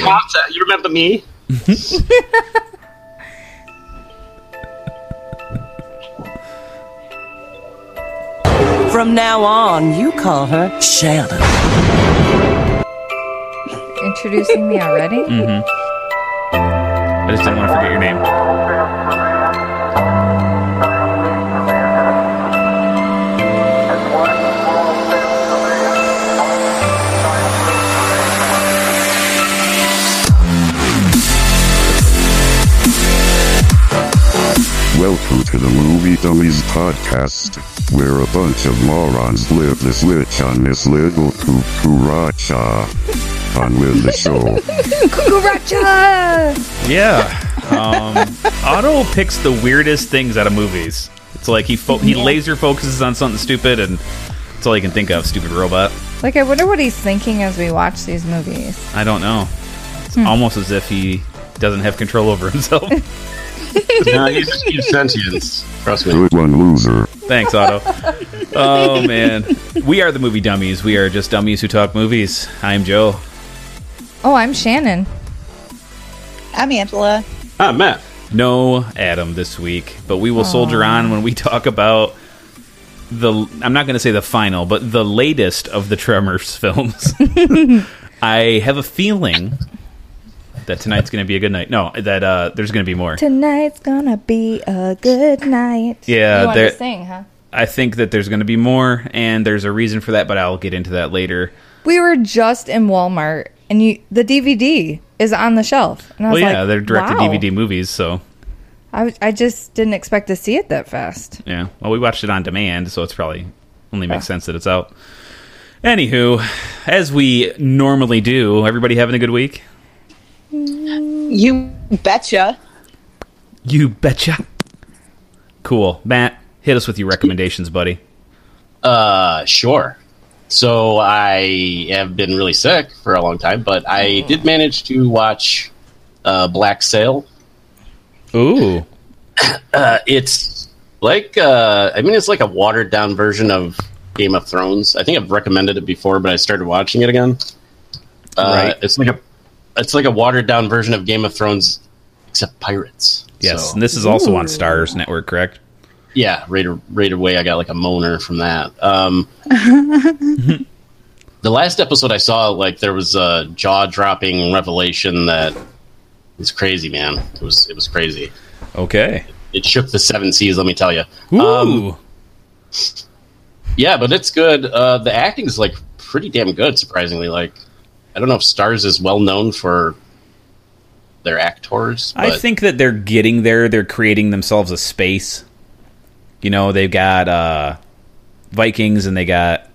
Martha, you remember me? From now on, you call her Shannon. Introducing me already? Mm-hmm. I just didn't want to forget your name. Welcome to the Movie Dummies Podcast, where a bunch of morons live this witch on this little cucuracha. On with the show. Cucaracha! Yeah. Um, Otto picks the weirdest things out of movies. It's like he fo- he laser focuses on something stupid, and that's all he can think of. Stupid robot. Like, I wonder what he's thinking as we watch these movies. I don't know. It's almost as if he doesn't have control over himself. No, you just keep sentience. Trust me. Good one, loser. Thanks, Otto. Oh man, we are the movie dummies. We are just dummies who talk movies. I'm Joe. Oh, I'm Shannon. I'm Angela. Ah, Matt. no Adam this week, but we will soldier on when we talk about the. I'm not going to say the final, but the latest of the Tremors films. I have a feeling that tonight's going to be a good night. No, that uh, there's going to be more. Tonight's gonna be a good night. Yeah, you want there- to sing, huh? I think that there's going to be more, and there's a reason for that, but I'll get into that later. We were just in Walmart, and you the DVD is on the shelf. And I Well, was yeah, like, they're direct to wow. DVD movies, so I, was- I just didn't expect to see it that fast. Yeah. Well, we watched it on demand, so it's probably only makes sense that it's out. Anywho, as we normally do, everybody having a good week? You betcha. You betcha. Cool. Matt, hit us with your recommendations, buddy. Uh, sure. So I have been really sick for a long time, but I Mm. did manage to watch uh, Black Sail. Ooh. Uh, it's like uh, I mean, it's like a watered down version of Game of Thrones. I think I've recommended it before, but I started watching it again. Uh, Right. It's like a it's like a watered down version of Game of Thrones, except pirates. Yes, So- and this is also on Stars Network, correct? yeah, right, right away I got like a moaner from that. Um, the last episode I saw, like there was a jaw dropping revelation that was crazy, man. It was it was crazy. Okay. It shook the seven seas, let me tell you. Ooh. Yeah, but it's good. Uh, the acting is like pretty damn good, surprisingly. Like I don't know if Stars is well known for their actors. But I think that they're getting there. They're creating themselves a space. You know, they've got uh, Vikings and they got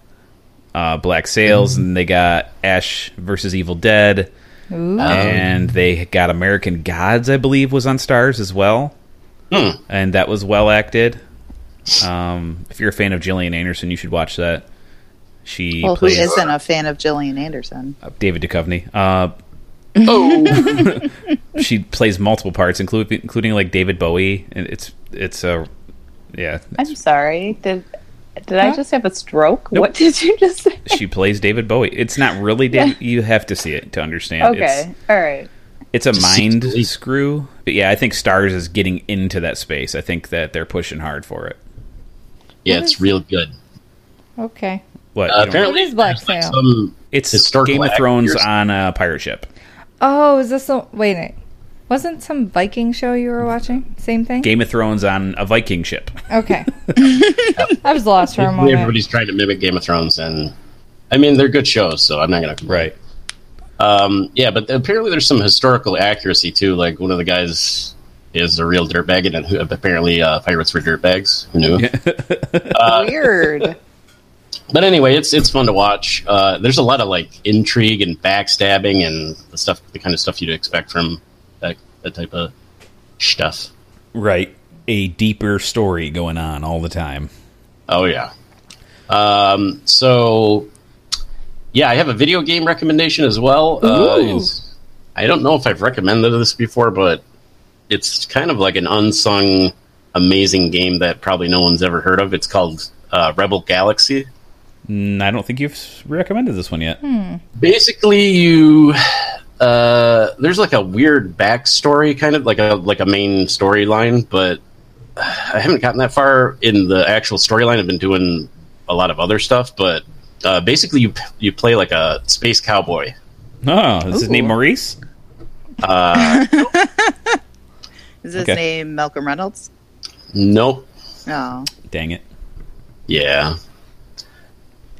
uh, Black Sails and they got Ash versus Evil Dead. Um, And they got American Gods, I believe, was on Stars as well. And that was well acted. Um, if you're a fan of Gillian Anderson, you should watch that. She Well, who plays isn't a fan of Gillian Anderson? David Duchovny. Uh, oh, she plays multiple parts, including including like David Bowie. And it's it's a yeah. I'm sorry. Did did I just have a stroke? What did you just say? She plays David Bowie. It's not really David. You have to see it to understand. Okay. All right. It's, it's a see mind the leak. screw. But yeah, I think Stars is getting into that space. I think that they're pushing hard for it. yeah, it's real good. Okay. What Uh, you don't- apparently, What is Black there's, like, Sail? some- it's historical Game of act- Thrones years- on a pirate ship. Oh, is this a wait? a minute. Wasn't some Viking show you were watching? Same thing. Game of Thrones on a Viking ship. Okay. I was lost for a moment. Everybody's trying to mimic Game of Thrones, and I mean they're good shows, so I'm not gonna complain. Right. Um, yeah, but apparently there's some historical accuracy too. Like one of the guys is a real dirtbag, and who- apparently uh, pirates were dirtbags. Who knew? Uh, Weird. But anyway, it's it's fun to watch. Uh, there's a lot of like intrigue and backstabbing and the stuff, the kind of stuff you'd expect from that, that type of stuff. Right. A deeper story going on all the time. Oh yeah. Um, so yeah, I have a video game recommendation as well. Uh, it's- I don't know if I've recommended this before, but it's kind of like an unsung, amazing game that probably no one's ever heard of. It's called uh, Rebel Galaxy. Mm, Hmm. I don't think you've recommended this one yet. Basically, you uh, there's like a weird backstory, kind of like a like a main storyline, but I haven't gotten that far in the actual storyline. I've been doing a lot of other stuff, but uh, basically, you you play like a space cowboy. Oh, is his Ooh. name Maurice? Is his Okay. name Malcolm Reynolds? Nope. No. Dang it. Yeah.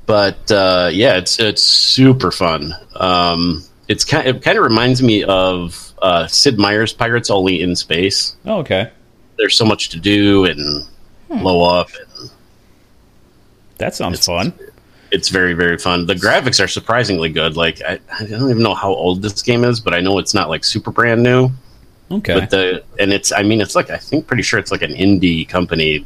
But uh, yeah, it's it's super fun. Um, it's kind it kind of reminds me of uh, Sid Meier's Pirates Only in Space. Oh, okay. There's so much to do and blow up. And That sounds It's- fun. it's very very fun. The graphics are surprisingly good. Like I, I don't even know how old this game is, but I know it's not like super brand new. Okay. But the and it's I mean it's like I think pretty sure it's like an indie company.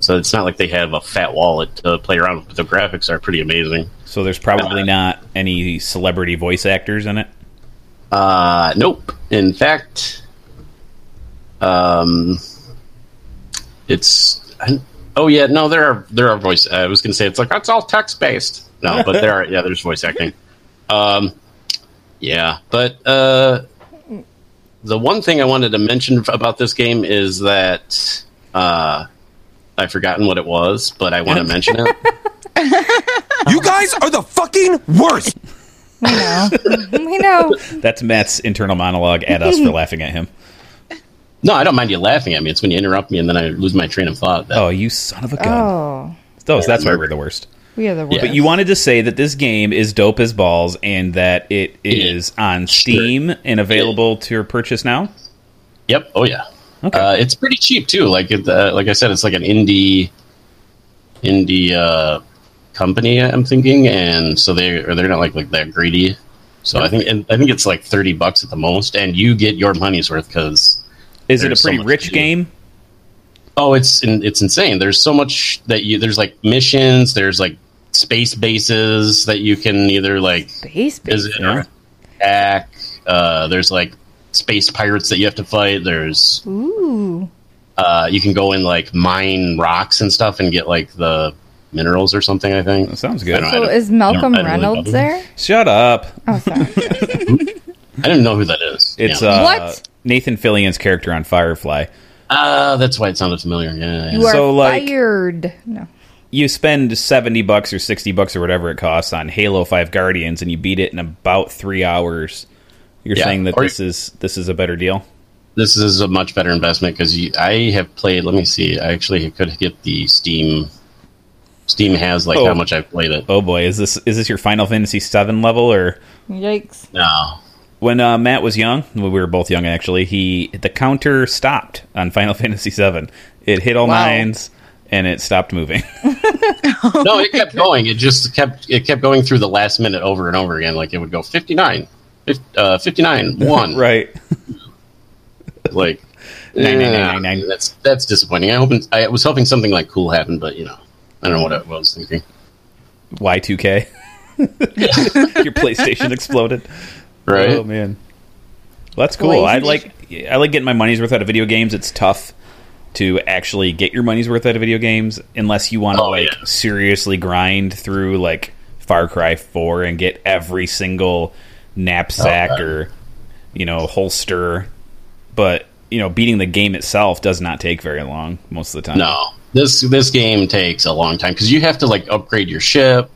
So it's not like they have a fat wallet to play around with. But the graphics are pretty amazing. so there's probably not any celebrity voice actors in it. Uh, nope. In fact, um, it's I- oh yeah, no, there are there are voice. I was gonna say it's like that's all text based. No, but there are yeah, there's voice acting. Um, yeah, but uh, the one thing I wanted to mention f- about this game is that uh, I've forgotten what it was, but I want to mention it. You guys are the fucking worst. We know. we know. That's Matt's internal monologue at us for laughing at him. No, I don't mind you laughing at me. It's when you interrupt me and then I lose my train of thought. That, Oh, you son of a gun. Oh, Those, that's why we're the worst. we are the worst. But you wanted to say that this game is dope as balls and that it is on Sure. Steam and available to purchase now. Yep. Oh yeah. Okay. Uh, it's pretty cheap too. Like it, uh, like I said, it's like an indie indie uh, company. I'm thinking, and so they or they're not like like that greedy. So I think and I think it's like thirty bucks at the most, and you get your money's worth because Is it a There's so pretty much to rich do. game? oh, it's in, it's insane. There's so much that you there's like missions. There's like space bases that you can either like Space is base. it or attack. Uh, there's like space pirates that you have to fight. There's Ooh. uh, you can go and like mine rocks and stuff and get like the minerals or something. I think. That sounds good. I don't- So is Malcolm I don't really Reynolds know. there? Shut up. Oh, sorry. I didn't know who that is. It's yeah. uh, What? Nathan Fillion's character on Firefly. Ah, that's why it sounded familiar. Yeah, yeah. You are So, like- fired. No. You spend 70 bucks or 60 bucks or whatever it costs on Halo 5 Guardians and you beat it in about 3 hours. You're Yeah. saying that Or- this is this is a better deal? this is a much better investment because I have played. Let me see. I actually could get the Steam. Steam has like Oh. how much I've played it. Oh boy, is this is this your Final Fantasy 7 level or Yikes. No, when uh, Matt was young, when we were both young actually, he the counter stopped on Final Fantasy 7. It hit all Wow. nines and it stopped moving. no, it kept going. It just kept it kept going through the last minute over and over again. Like it would go 59, fif- uh, 59, one, right. like Nine, nine, eh, nine, nine, nine. That's that's disappointing. I hope I was hoping something like cool happened, but you know, I don't know what I was thinking. Y2K. Your PlayStation exploded. Right? Oh man, well, that's cool. I like I like getting my money's worth out of video games. It's tough to actually get your money's worth out of video games unless you want to Oh, like yeah. seriously grind through like Far Cry Four and get every single knapsack Oh, or you know holster. But you know, beating the game itself does not take very long most of the time. no, this this game takes a long time because you have to like upgrade your ship.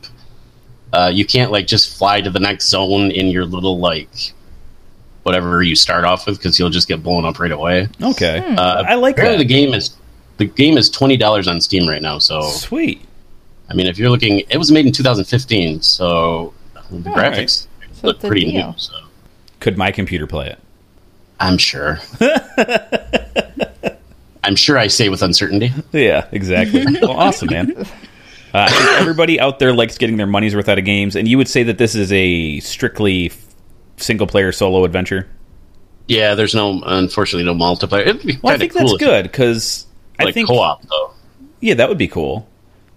Uh, you can't like just fly to the next zone in your little like whatever you start off with because you'll just get blown up right away. Okay, Uh, I like Apparently, that. the game is the game is twenty dollars on Steam right now. So Sweet. I mean, if you're looking, it was made in 2015, so the graphics look it's a pretty new. deal. So Could my computer play it? I'm sure. I'm sure I say with uncertainty. Yeah, exactly. well, awesome, man. Uh, I think everybody out there likes getting their money's worth out of games, and you would say that this is a strictly single player solo adventure. Yeah, there's no, unfortunately, no multiplayer. It'd be Well, I kinda think cool that's if, good because I Like think co-op though, yeah, that would be cool.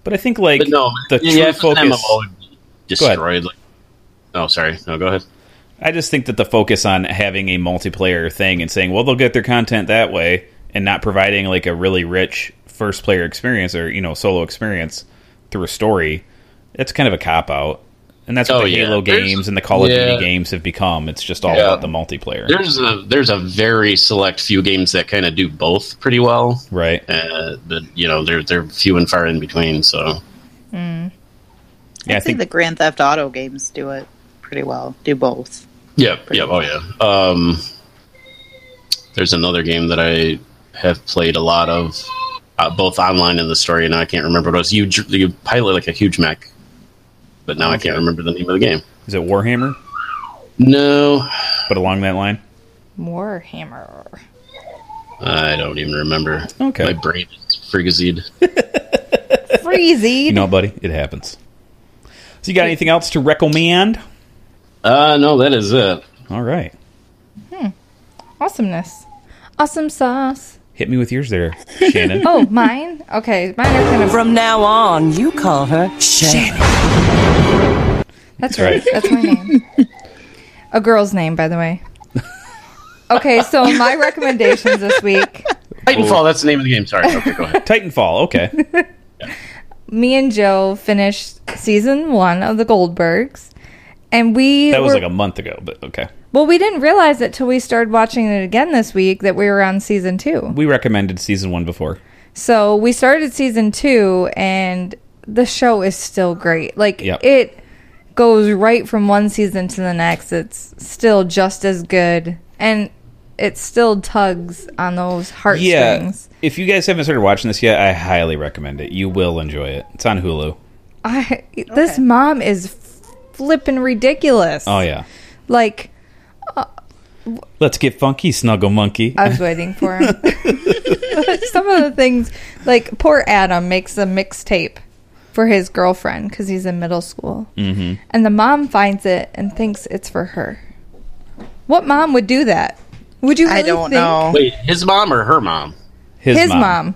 But I think like but no, the yeah, true yeah, if an focus. MMO would be ahead. destroyed. Like, oh, sorry. No, go ahead. I just think that the focus on having a multiplayer thing and saying, well, they'll get their content that way, and not providing like a really rich first player experience or you know solo experience through a story, that's kind of a cop out. and that's Oh, what the yeah. Halo There's- games and the Call of yeah. Duty games have become. It's just all Yeah. about the multiplayer, There's a there's a very select few games that kind of do both pretty well, right? uh, but you know they're they're few and far in between. So Yeah, I think think the Grand Theft Auto games do it pretty well. Do both. yeah, yeah, oh yeah. Um, there's another game that I have played a lot of, uh, both online and the story, and I can't remember what it was. You dr- you pilot like a huge mech, but now I can't remember the name of the game. is it Warhammer, No, but along that line. Warhammer. I don't even remember. Okay. my brain is frigazed. Freezy. You know, buddy, it happens. So you got anything else to recommend? Uh, no, that is it. All right, Awesomeness. Awesome sauce. hit me with yours there, Shannon. Oh, mine? Okay, mine are kind of. From now on, you call her Shannon. That's right. right. That's my name. A girl's name, by the way. Okay, so my recommendations this week. Titanfall. That's the name of the game. Sorry. Okay, go ahead. Titanfall. Okay. Me and Joe finished season one of The Goldbergs, and we That was were- like a month ago, but okay. well, we didn't realize it till we started watching it again this week that we were on season two. We recommended season one before. So we started season two, and the show is still great. Like Yep. it goes right from one season to the next. It's still just as good, and it still tugs on those heartstrings. If you guys haven't started watching this yet, I highly recommend it. You will enjoy it. It's on Hulu. I this mom is flipping ridiculous. Oh yeah. Like Let's get funky, snuggle monkey. I was waiting for him. Some of the things, like poor Adam makes a mixtape for his girlfriend because he's in middle school, mm-hmm. and the mom finds it and thinks it's for her. What mom would do that? Would you? Really I don't think- know. Wait, his mom or her mom? His, His mom.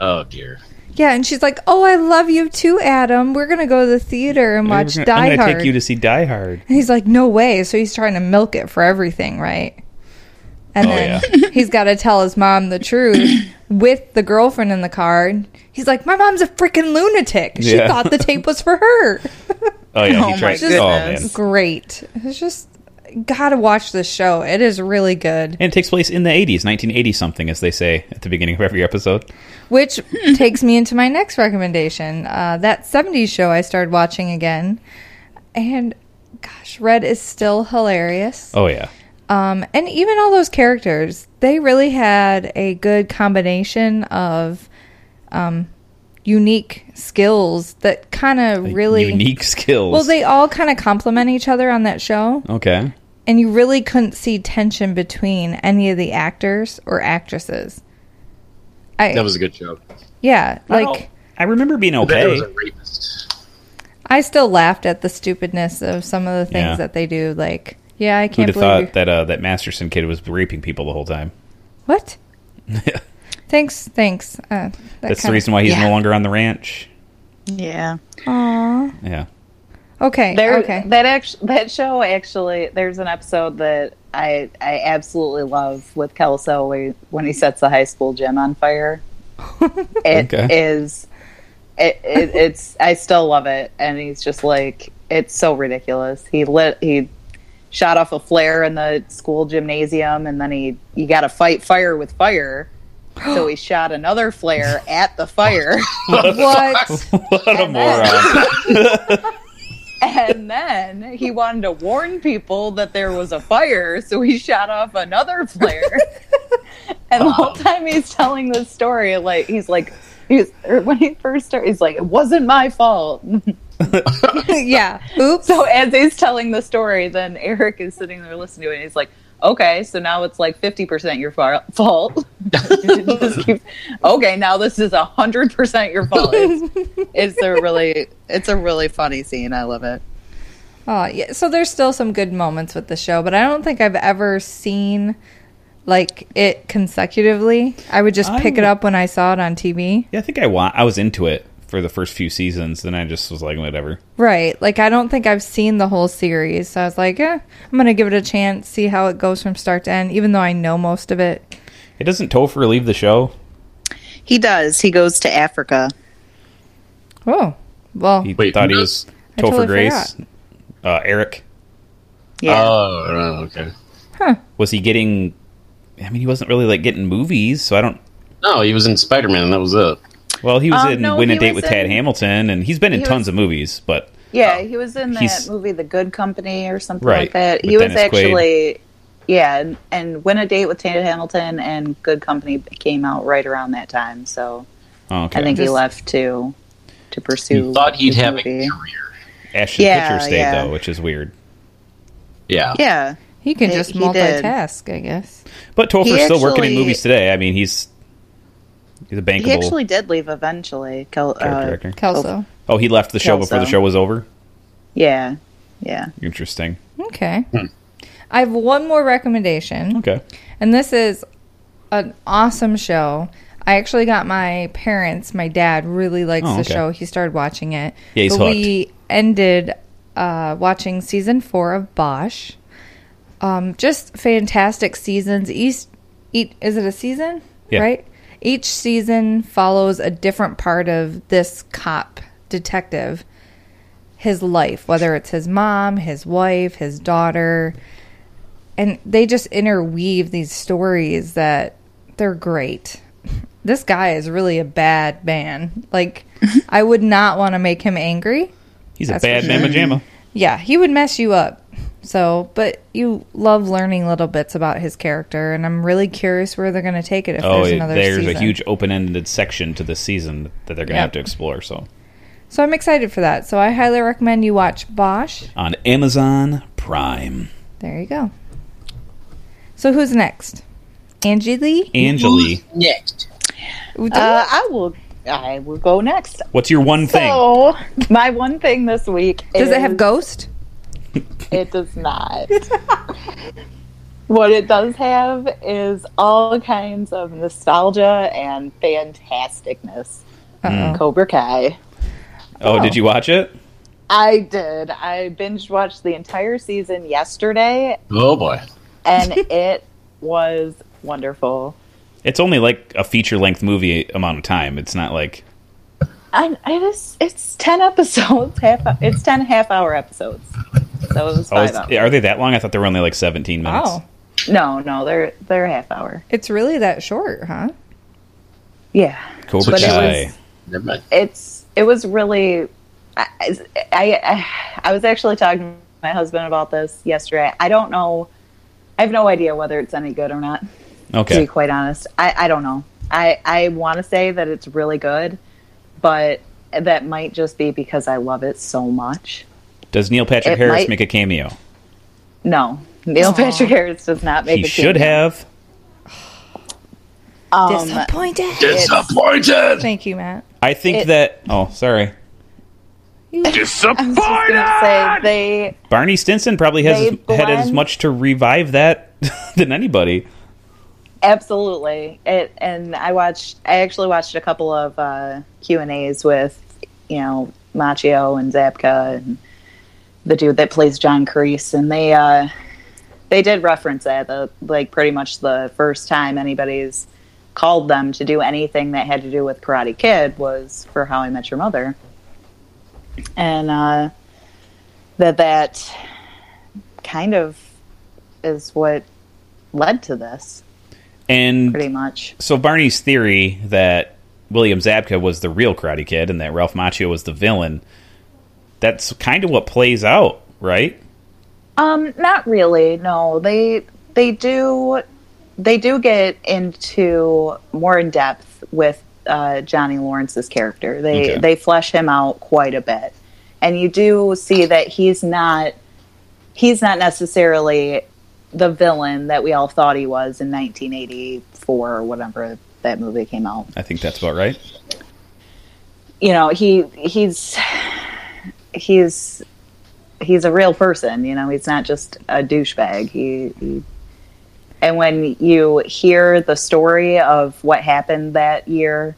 Oh dear. Yeah, and she's like, "Oh, I love you too, Adam. We're gonna go to the theater and watch I'm gonna- Die I'm gonna Hard." take you to see Die Hard. And he's like, no way. So he's trying to milk it for everything, right? And Oh, then he's got to tell his mom the truth with the girlfriend in the car. He's like, my mom's a freaking lunatic. She Yeah. thought the tape was for her. Oh yeah, he my tries. goodness. Oh man, and Great. It's just, gotta watch this show. It is really good. it takes place in the 80s, 1980 something, as they say at the beginning of every episode. Which takes me into my next recommendation. Uh, that 70s show I started watching again. And gosh, Red is still hilarious. Oh yeah, Um, and even all those characters, they really had a good combination of um, unique skills that kind of really. unique skills. Well, they all kind of complement each other on that show, okay. and you really couldn't see tension between any of the actors or actresses. I That was a good joke. yeah, I like don't- I remember being I bet there okay. was a rapist. I still laughed at the stupidness of some of the things Yeah. that they do. Like, yeah, I Who'd can't have believe you thought that uh, that Masterson kid was raping people the whole time? what. Thanks, thanks. Uh, that That's the kinda- reason why he's yeah. no longer on the ranch. Yeah. Yeah. Okay, There, okay. that act- that show actually, there's an episode that I I absolutely love with Kelso when- when he sets the high school gym on fire. It is, Okay. it, it, it's I still love it, and he's just like it's so ridiculous. He lit he shot off a flare in the school gymnasium, and then he you got to fight fire with fire. So he shot another flare at the fire. What? What a moron. And then he wanted to warn people that there was a fire, so he shot off another flare. and the whole time he's telling this story, like he's like, he's or when he first started, he's like, it wasn't my fault. yeah. Oops. So as he's telling the story, then Eric is sitting there listening to it, and he's like, okay, so now it's like fifty percent your fa- fault. Just keep- okay, now this is hundred percent your fault. It's, it's a really, It's a really funny scene. I love it. Oh, yeah. So there's still some good moments with the show, but I don't think I've ever seen like it consecutively. I would just pick I- it up when I saw it on TV. Yeah, I think I wa- I was into it for the first few seasons, then I just was like, whatever. Right. Like I don't think I've seen the whole series. So I was like, eh, I'm going to give it a chance, see how it goes from start to end, even though I know most of it. It doesn't Topher leave the show. He does. He goes to Africa. Oh. Well, He Wait, thought who he was does? Topher totally Grace. uh, Eric? Yeah. Oh, uh, okay. Was he getting? I mean, he wasn't really like getting movies, so I don't. No, he was in Spider Man, and that was it. Well, he was Um, in no, Win he a Date was with Tad in- Hamilton, and he's been in he tons was- of movies, but yeah, he was in that oh. He's- movie The Good Company or something Right, like that. with He was Dennis Quaid. actually yeah, and, and Win a Date with Tana Hamilton and Good Company came out right around that time, so oh, okay. I think he Just- left to to pursue You thought he'd his have a movie. career. Ashton Yeah, Kutcher stayed yeah. though, which is weird. Yeah. Yeah. He can He- just he did. multitask, I guess. But Topher's still working in actually- movies today. I mean, he's he's a bankable. He actually did leave eventually. Kel- character uh, actor. Kelso. Oh, he left the show before the Kelso. show was over. yeah. Yeah. Interesting. Okay. I have one more recommendation. Okay. And this is an awesome show. I actually got my parents, my dad really likes Oh, the okay. show. He started watching it. Yeah, he's but we ended uh, watching season four of Bosch. Um, just fantastic seasons. East, each, is it a season? Yeah. Right? Each season follows a different part of this cop detective, his life, whether it's his mom, his wife, his daughter and they just interweave these stories that they're great. This guy is really a bad man. Like I would not want to make him angry. He's a That's for bad sure. mamma jamma. Yeah, he would mess you up. So, but you love learning little bits about his character, and I'm really curious where they're going to take it if Oh, there's there's, another a season. huge open-ended section to this season that they're going to Yeah. have to explore. So so I'm excited for that. So I highly recommend you watch Bosch. on Amazon Prime, There you go. So who's next? Angie Lee. Angeli, Next. Uh, I will I will go next. what's your one thing? Oh, So my one thing this week Does it is- have Ghost? It does not. what it does have is all kinds of nostalgia and fantasticness. Hmm. Uh-oh. Cobra Kai. Oh, did you watch it? I did. I binge watched the entire season yesterday, Oh boy. and it was wonderful. It's only like a feature-length movie amount of time. It's not like I, I just, it's ten episodes. Half. It's ten half hour episodes. So it was oh, five it's- hours. are they that long? I thought they were only like 17 Oh. minutes. Wow, No, no, they're they're half hour. it's really that short, huh? Yeah. Cobra But it Kai. was- Never mind. it's it was really I, I I- I was actually talking to my husband about this yesterday. I don't know. I have no idea whether it's any good or not. To be Okay. quite honest, I, I don't know. I I want to say that it's really good, but that might just be because I love it so much. Does Neil Patrick It Harris might- make a cameo? No, Neil Patrick Harris does not make. He a should cameo. have. Um, Disappointed. Disappointed. Thank you, Matt. I think It- that. Oh, sorry. I was gonna say they Barney Stinson probably has They as, had as blend- much to revive that than anybody. Absolutely. It, and I watched. I actually watched a couple of uh, Q and A's with, you know, Machio and Zapka and the dude that plays John Kreese, and they uh, they did reference that. The, like pretty much the first time anybody's called them to do anything that had to do with Karate Kid was for How I Met Your Mother, and uh, that that kind of is what led to this pretty And much. so Barney's theory that William Zabka was the real Karate Kid and that Ralph Macchio was the villain. That's kind of what plays out, right? Um, not really. No, they they do they do get into more in depth with uh, Johnny Lawrence's character. They Okay. they flesh him out quite a bit, and you do see that he's not he's not necessarily the villain that we all thought he was in 1984 or whatever that movie came out I think that's about right. you know he he's he's he's a real person you know he's not just a douchebag he, he and when you hear the story of what happened that year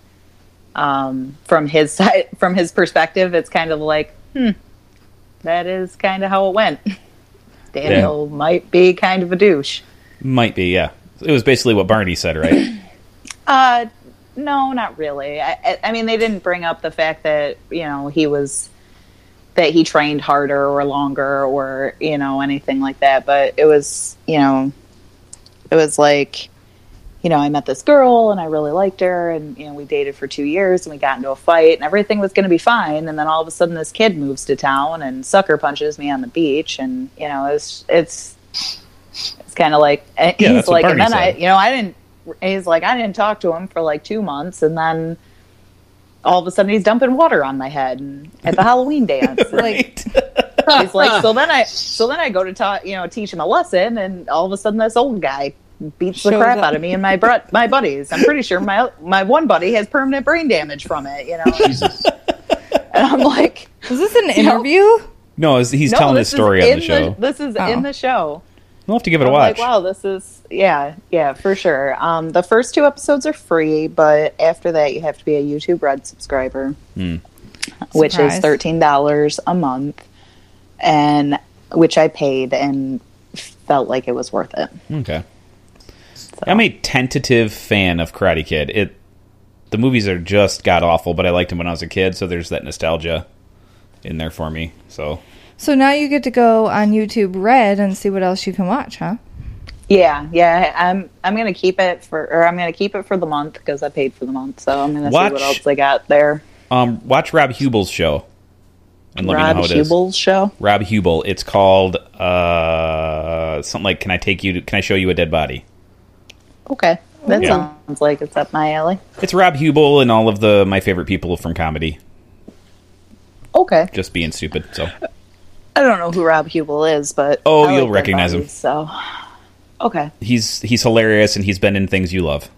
um, from his side from his perspective it's kind of like hmm that is kind of how it went daniel might be kind of a douche Might be, yeah. It was basically what Barney said, right? Uh, no, not really. I, I- I mean, they didn't bring up the fact that you know he was that he trained harder or longer or you know anything like that but it was you know it was like you know i met this girl and i really liked her and you know we dated for two years and we got into a fight and everything was going to be fine and then all of a sudden this kid moves to town and sucker punches me on the beach and you know it's it's it's kind of like and Yeah, that's he's what like and Barney then i said. you know i didn't he's like i didn't talk to him for like two months and then all of a sudden he's dumping water on my head and at the halloween dance And He's like, so then I, so then I go to ta you know, teach him a lesson, and all of a sudden this old guy beats the Shows crap up. out of me and my bro- my buddies. I'm pretty sure my my one buddy has permanent brain damage from it, you know. Jesus. And I'm like, Was this an interview? No, it's- he's no, telling this his story is on in the show. this is Oh. in the show. we'll have to give it a I'm watch. like, wow, this is yeah, yeah, for sure. Um, the first two episodes are free, but after that, you have to be a YouTube Red subscriber, Hmm. which Surprise. is thirteen dollars a month, and which I paid and felt like it was worth it. Okay. I'm a tentative fan of Karate Kid. It the movies are just god awful, but I liked them when I was a kid, so there's that nostalgia in there for me. So So now you get to go on YouTube Red and see what else you can watch, huh? Yeah, yeah, I'm I'm gonna keep it for or I'm gonna keep it for the month because I paid for the month, so I'm gonna see Watch- what else they got there. um watch Rob Hubel's show. And let Rob me know how it is. Hubel's show. Rob Hubel. It's called uh something like Can I Take You to, Can I Show You a Dead Body? Okay, that Yeah. sounds like it's up my alley. It's Rob Hubel and all of the my favorite people from comedy Okay. just being stupid. So I don't know who Rob Hubel is, but Oh, I you'll their recognize him. bodies, So, okay, he's he's hilarious and he's been in things you love.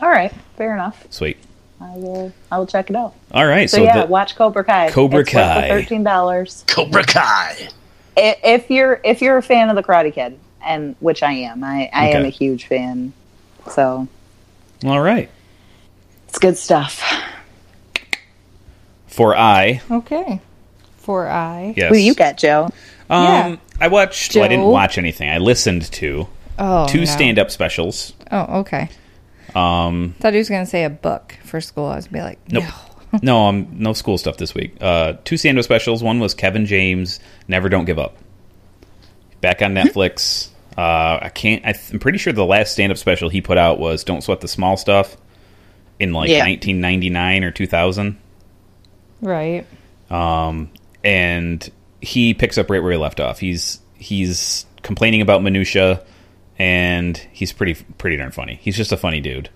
all right, fair enough. Sweet. I will. I will check it out. All right, So, so, yeah, the- watch Cobra Kai. Cobra It's worth the Kai. thirteen dollars. Cobra Kai. If you're if you're a fan of the Karate Kid, and which I am, I I am Okay. a huge fan. So all right. it's good stuff. For I, Okay. For I. yes. Who you got, Joe? Um, Yeah. I watched. Well, I didn't Joe. watch anything. I listened to Oh. two no. stand-up specials. Oh, okay. Um. Thought he was gonna say a book for school. I was gonna be like, Nope. no, um, no school stuff this week. Uh, two stand-up specials. One was Kevin James, "Never Don't Give Up," back on Netflix. Uh, I can't. I th- I'm pretty sure the last stand-up special he put out was "Don't Sweat the Small Stuff" in like Yeah. 1999 or 2000, no. Right. and he picks up right where he left off. He's he's complaining about minutia, and he's pretty pretty darn funny. He's just a funny dude.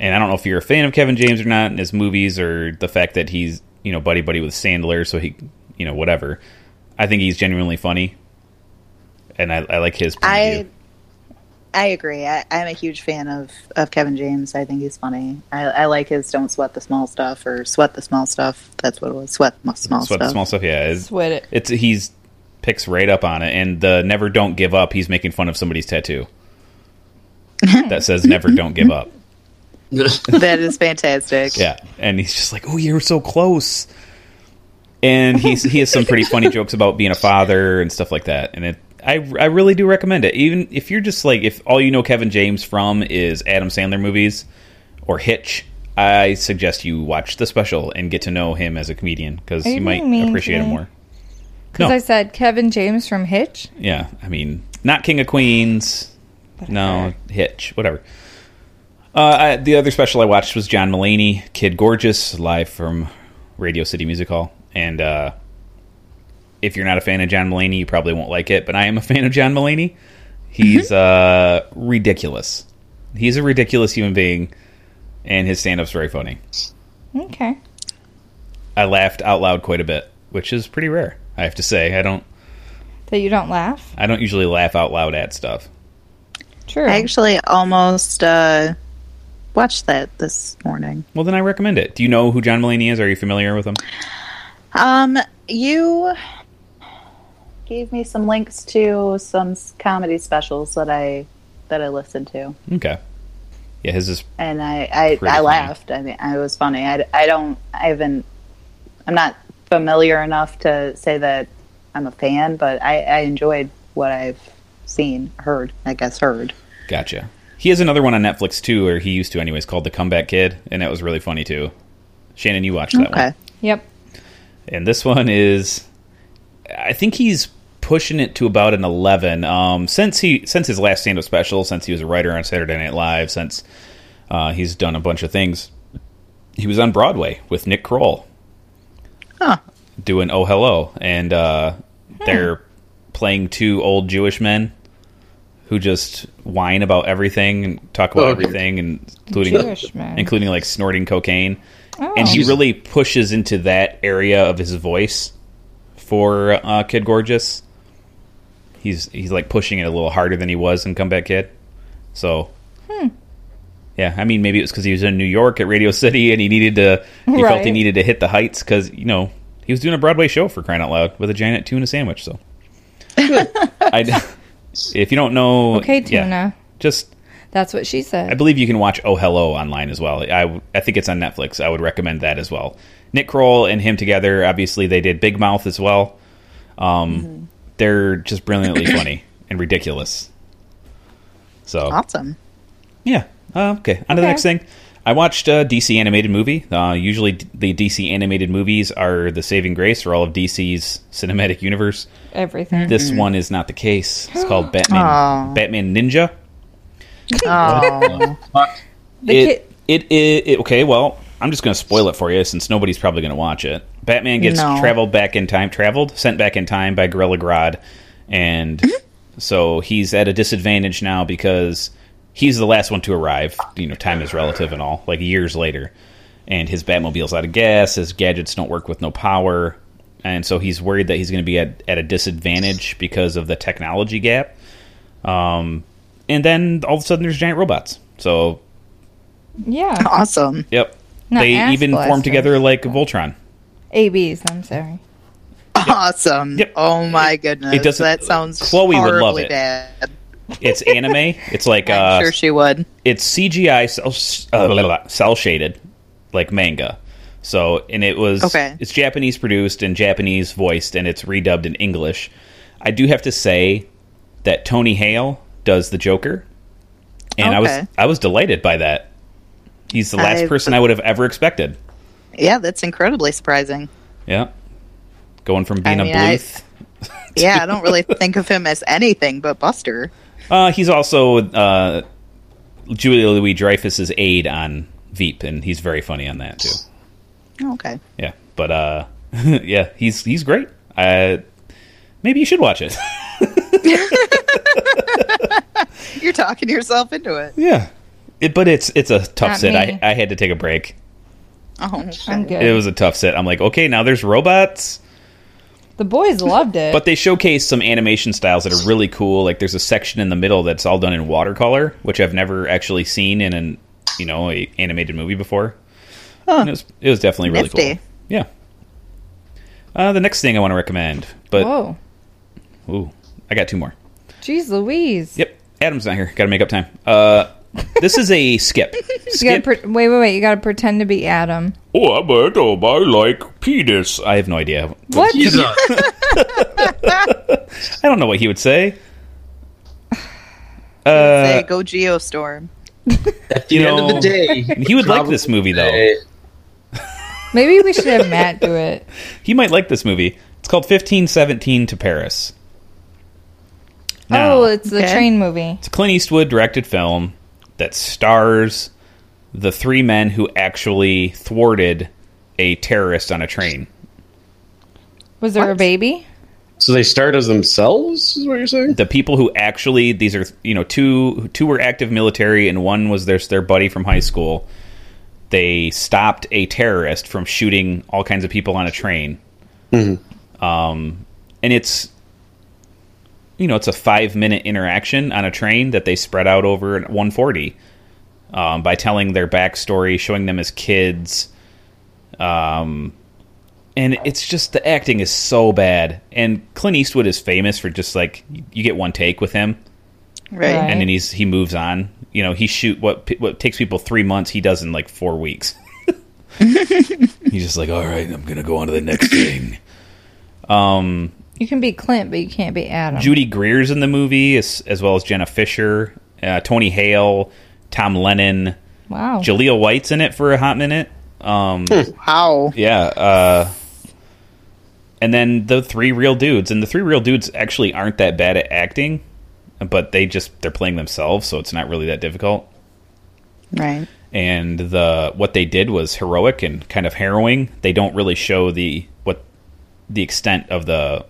and I don't know if you're a fan of Kevin James or not, and his movies or the fact that he's you know buddy buddy with Sandler, so he you know whatever. I think he's genuinely funny, and I, I like his. Point of I view. I agree. I, I'm a huge fan of, of Kevin James. I think he's funny. I, I like his "Don't sweat the small stuff" or "Sweat the small stuff." That's what it was. Sweat the small Sweat the stuff. small stuff. Yeah, it's, Sweat it. it's he's picks right up on it, and the never don't give up. He's making fun of somebody's tattoo that says never don't give up. that is fantastic. Yeah, and he's just like, "Oh, you were so close." And he's he has some pretty funny jokes about being a father and stuff like that. And it, I I really do recommend it. Even if you're just like if all you know Kevin James from is Adam Sandler movies or Hitch, I suggest you watch the special and get to know him as a comedian because Are you you might being mean appreciate him today? more. Because No. I said Kevin James from Hitch. Yeah, I mean, not King of Queens, no Hitch, whatever. Uh, I, the other special I watched was John Mulaney, Kid Gorgeous, live from Radio City Music Hall. And uh, if you're not a fan of John Mulaney, you probably won't like it. But I am a fan of John Mulaney. He's uh, ridiculous. He's a ridiculous human being, and his stand-up's very funny. Okay. I laughed out loud quite a bit, which is pretty rare, I have to say. I don't, That you don't laugh. I don't usually laugh out loud at stuff. True. I actually almost uh, watched that this morning. Well, then I recommend it. Do you know who John Mulaney is? Are you familiar with him? Um, you gave me some links to some s- comedy specials that I that I listened to, Okay. Yeah, his is and I I, Pretty I funny. laughed. I mean, I was funny. I, I don't I haven't I'm not familiar enough to say that I'm a fan, but I, I enjoyed what I've seen, heard, I guess heard. gotcha. He has another one on Netflix too, or he used to anyways, called The Comeback Kid, and that was really funny too. Shannon, you watched that Okay, one. yep. And this one is, I think he's pushing it to about an eleven. Um, since he since his last stand-up special, since he was a writer on Saturday Night Live, since uh, he's done a bunch of things. He was on Broadway with Nick Kroll, doing "Oh Hello," and uh, they're playing two old Jewish men who just whine about everything and talk about Oh. everything, and including Jewish man. including like snorting cocaine. And Oh. he really pushes into that area of his voice for uh, Kid Gorgeous. He's he's like pushing it a little harder than he was in Comeback Kid. So, Hmm. yeah, I mean, maybe it was because he was in New York at Radio City and he needed to. He felt he Right. needed to hit the heights because you know he was doing a Broadway show for crying out loud with a giant tuna sandwich. So, I, if you don't know, Okay, yeah, Tuna. just That's what she I said. believe you can watch Oh Hello online as well. I, I think it's on Netflix. I would recommend that as well. Nick Kroll and him together, obviously, they did Big Mouth as well. Um, They're just brilliantly funny and ridiculous. So Awesome. yeah. Uh, okay. On to Okay. the next thing. I watched a DC animated movie. Uh, usually, d- the DC animated movies are the saving grace for all of DC's cinematic universe. Everything. This one is not the case. It's called Batman. Batman Ninja. Fuck. The it, it, it, it- okay well i'm just going to spoil it for you since nobody's probably going to watch it batman gets No. traveled back in time traveled sent back in time by gorilla grodd and Mm-hmm. so he's at a disadvantage now because he's the last one to arrive you know time is relative and all like years later and his batmobile's out of gas his gadgets don't work with no power and so he's worried that he's going to be at, at a disadvantage because of the technology gap um, and then all of a sudden there's giant robots so Mm-hmm. yeah. Awesome. Yep. Not they ass even blasters. formed together like Voltron. ABs, I'm sorry. Awesome. Yep. Oh my goodness. it doesn't- that sounds Chloe would love horribly it. bad. It's anime. It's like I'm uh, sure she would. it's CGI cell, uh, blah, blah, blah, cell shaded, like manga. So and it was Okay. It's Japanese produced and Japanese voiced, and it's redubbed in English. I do have to say that Tony Hale does the Joker, and I was Okay. I was delighted by that. He's the last I- person I would have ever expected. Yeah, that's incredibly surprising. Yeah, going from being mean, a I- Bluth. Yeah, I don't really think of him as anything but Buster. Uh, he's also uh, Julia Louis Dreyfus's aide on Veep, and he's very funny on that too. Oh, Okay. Yeah, but uh, yeah, he's he's great. Uh, maybe you should watch it. You're talking yourself into it. yeah, it, but it's it's a tough Not sit. me. I, I had to take a break. Oh, I'm good. It was a tough sit. I'm like, okay, now there's robots, the boys loved it. but they showcase some animation styles that are really cool. Like there's a section in the middle that's all done in watercolor, which I've never actually seen in an you know a animated movie before. And it was it was definitely really Nifty. cool. Yeah. Uh, the next thing I want to recommend, but Whoa. ooh, I got two more. Jeez Louise. Yep, Adam's not here. Got to make up time. Uh, this is a skip. You gotta skip. pre- wait, wait, wait. You gotta pretend to be Adam. oh, I'm Adam. I like penis. I have no idea. What? He's a- I don't know what he would say. Uh, Say, go Geostorm. at the You end of know, the day, He would like this movie though. Maybe we should have Matt do it. He might like this movie. It's called 1517 to Paris. Now- Oh, it's the Okay. train movie. It's a Clint Eastwood directed film that stars the three men who actually thwarted a terrorist on a train. Was there a baby? So they start as themselves, is what you're saying? The people who actually these are you know two two were active military and one was their their buddy from high school. They stopped a terrorist from shooting all kinds of people on a train. Um, and it's you know it's a five minute interaction on a train that they spread out over at 140 um, by telling their backstory, showing them as kids. Um, and it's just the acting is so bad. And Clint Eastwood is famous for just like you get one take with him, Right. Right. and then he's he moves on. You know, he shoot what pe- what takes people three months, he does in like four weeks. he's just like, all right, I'm gonna go on to the next thing. You can be Clint, but you can't be Adam. Judy Greer's in the movie, as, as well as Jenna Fisher, uh, Tony Hale, Tom Lennon, wow. Jaleel White's in it for a hot minute. Um, Wow. yeah, uh, and then the three real dudes, and the three real dudes actually aren't that bad at acting, but they just they're playing themselves, so it's not really that difficult. Right. And the what they did was heroic and kind of harrowing. They don't really show the what the extent of the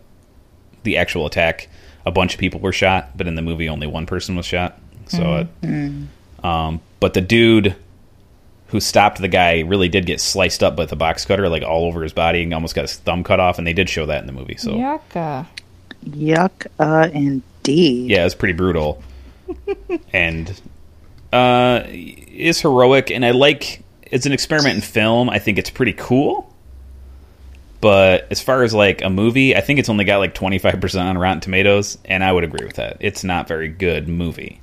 the actual attack. A bunch of people were shot, but in the movie, only one person was shot. So, it, um, but the dude who stopped the guy really did get sliced up with a box cutter, like all over his body, and almost got his thumb cut off. And they did show that in the movie. So Yucca. Yuck, uh, indeed. yeah, it's pretty brutal, and uh, is heroic. And I like it's an experiment in film. I think it's pretty cool. But as far as like a movie, I think it's only got like twenty five percent on Rotten Tomatoes, and I would agree with that. It's not very good movie.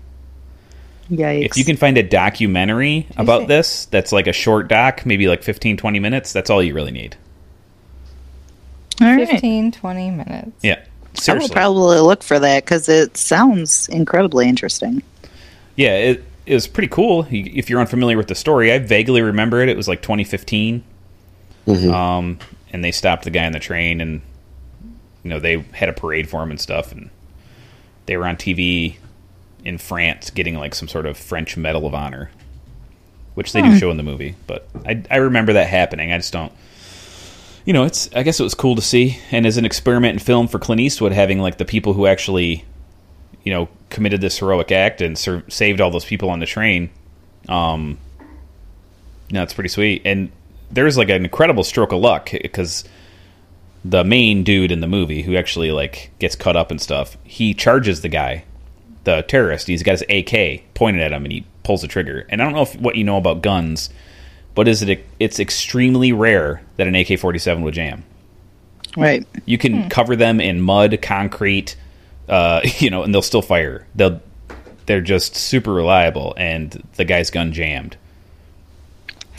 Yikes. If you can find a documentary about this that's like a short doc, maybe like 15, 20 minutes, that's all you really need. All right. 15, 20 minutes. Yeah. I will Seriously. probably look for that because it sounds incredibly interesting. yeah, it, it was pretty cool. You- If you're unfamiliar with the story, I vaguely remember it. It was like 2015. Um, and they stopped the guy on the train and, you know, they had a parade for him and stuff. And they were on TV in France getting like some sort of French Medal of Honor, which they do show in the movie. But I, I remember that happening. I just don't. you know, it's I guess it was cool to see, and as an experiment in film for Clint Eastwood, having like the people who actually, you know, committed this heroic act and ser- saved all those people on the train. Um, you know, it's pretty sweet, and there's like an incredible stroke of luck because the main dude in the movie who actually like gets cut up and stuff, he charges the guy, the terrorist. He's got his AK pointed at him, and he pulls the trigger. And I don't know if what you know about guns but is it it's extremely rare that an AK-47 would jam. Right. You can cover them in mud, concrete, uh, you know, and they'll still fire. They'll they're just super reliable and the guy's gun jammed.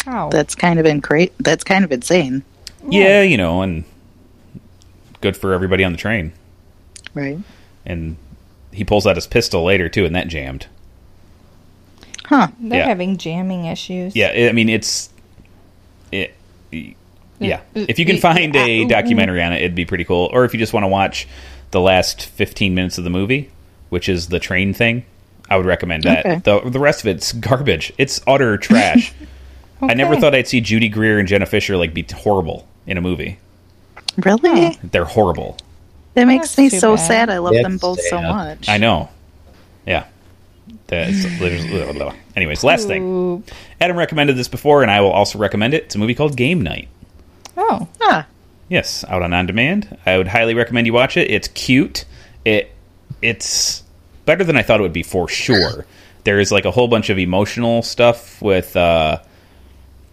How? That's kind of incre- That's kind of insane. Yeah, you know, and good for everybody on the train. Right. And he pulls out his pistol later too and that jammed. Huh. They're yeah. having jamming issues. Yeah, I I mean it's it, yeah. If you can uh, find a uh, documentary on it, it'd be pretty cool. Or if you just want to watch the last 15 minutes of the movie, which is the train thing, I would recommend that. Okay. The the rest of it's garbage. It's utter trash. I never Okay. thought I'd see Judy Greer and Jenna Fisher like be horrible in a movie. Really? They're horrible. That makes That's me too so bad. sad. I love them That's both so sad. much. I know. Yeah. That's blah, blah, blah. anyways, last thing. Ooh. Adam recommended this before and I will also recommend it. It's a movie called Game Night. Oh, Ah, Yes, out on on demand. I would highly recommend you watch it. It's cute. It it's better than I thought it would be for sure. There is like a whole bunch of emotional stuff with uh,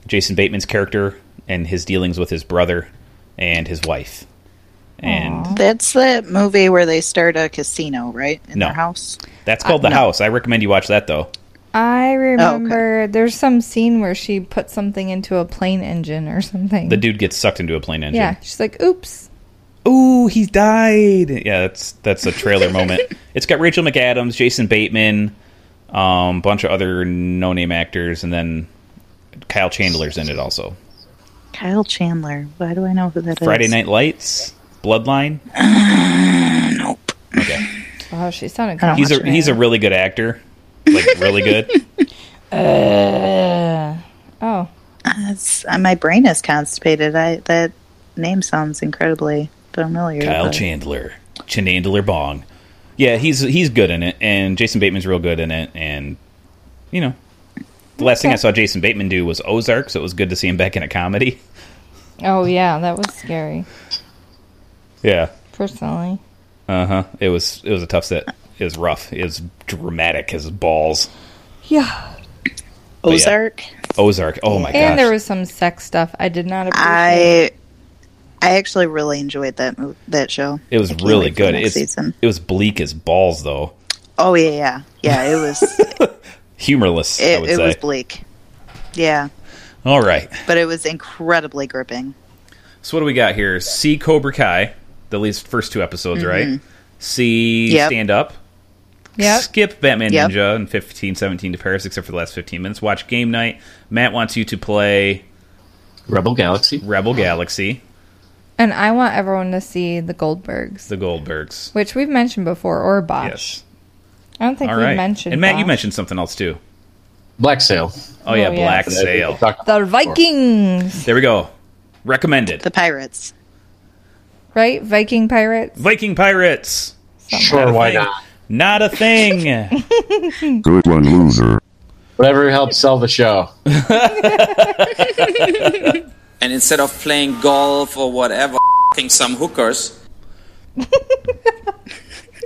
Jason Bateman's character and his dealings with his brother and his wife. And that's that movie where they start a casino, right? In No. their house. that's called The House. I recommend you watch that though. I remember there's some scene where she put something into a plane engine or something. The dude gets sucked into a plane engine. yeah, she's like, oops. Ooh, he died. Yeah, that's that's a trailer moment. It's got Rachel McAdams, Jason Bateman, um, bunch of other no-name actors, and then Kyle Chandler's in it also. Kyle Chandler. Why do I know who that is? Friday Night Lights, Bloodline. Wow, she sounded I don't kind He's a he's a really good actor, like really good. Oh, That's, uh, my brain is constipated. I that name sounds incredibly familiar. Kyle but- Chandler, Chandler Bong. Yeah, he's he's good in it, and Jason Bateman's real good in it, and you know, the last thing I saw Jason Bateman do was Ozark, so it was good to see him back in a comedy. oh yeah, that was scary. Yeah, Personally, Uh huh. It was it was a tough set. It was rough. It was dramatic as balls. yeah. oh, yeah. Ozark. Ozark. Oh my And gosh. there was some sex stuff I did not I appreciate. I actually really enjoyed that mov- that show. it was I can't really wait for good. next It's, season. it was bleak as balls though. Oh yeah, yeah, yeah. It was Humorless, I it, would it say. was bleak. Yeah, All right. but it was incredibly gripping. So what do we got here? See Cobra Kai, the least first two episodes, right? See Yep. Stand Up. Yep. Skip Batman Yep. Ninja and fifteen seventeen to Paris, except for the last fifteen minutes. Watch Game Night. Matt wants you to play Rebel Galaxy. Rebel Galaxy. And I want everyone to see the Goldbergs, The Goldbergs. which we've mentioned before, or Bosch. Yes. I don't think All we right. mentioned. and Matt, you Bosch. mentioned something else too. Black Sail. Oh, yeah, Oh, yeah. Black Sail. the Vikings, There we go. Recommended. The pirates. right? Viking pirates. Viking Pirates. Sure, why thing. not? Not a thing. Good one, loser. Whatever helps sell the show. and instead of playing golf or whatever, f***ing some hookers.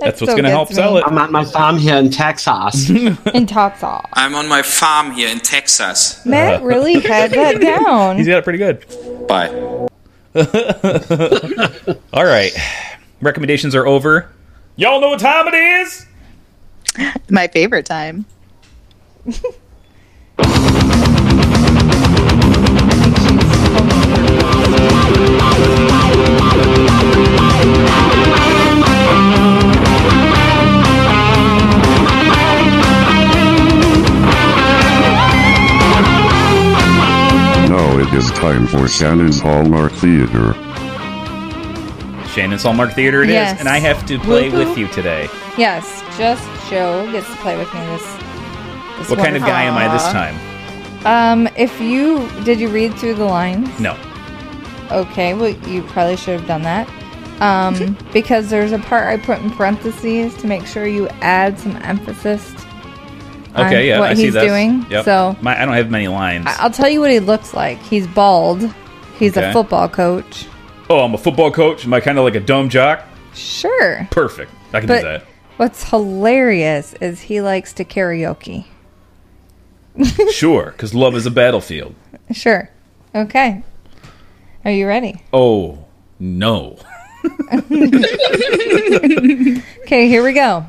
That's what's so going to gets help me. sell it. I'm on my farm here in Texas. in top off. I'm on my farm here in Texas. Matt really had that down. Uh-huh. He's got it pretty good. Bye. All right. Recommendations are over. Y'all know what time it is? My favorite time. Now it is time for Shannon's Hallmark Theater. Shannon's Hallmark Theater it is, Yes. and I have to play Woo-hoo. with you today. Yes, just Joe gets to play with me this. this What kind of wonderful- guy am I this time? Um, if you did you read through the lines? No. Okay, well you probably should have done that. Um, because there's a part I put in parentheses to make sure you add some emphasis. on Okay, yeah, what I he's see this. doing. Yep. So My, I don't have many lines. I- I'll tell you what he looks like. He's bald. He's Okay. a football coach. oh, I'm a football coach. Am I kind of like a dumb jock? Sure. Perfect. I can do But that. what's hilarious is he likes to karaoke. Sure, because love is a battlefield. Sure. Okay. Are you ready? Oh no. Okay, here we go.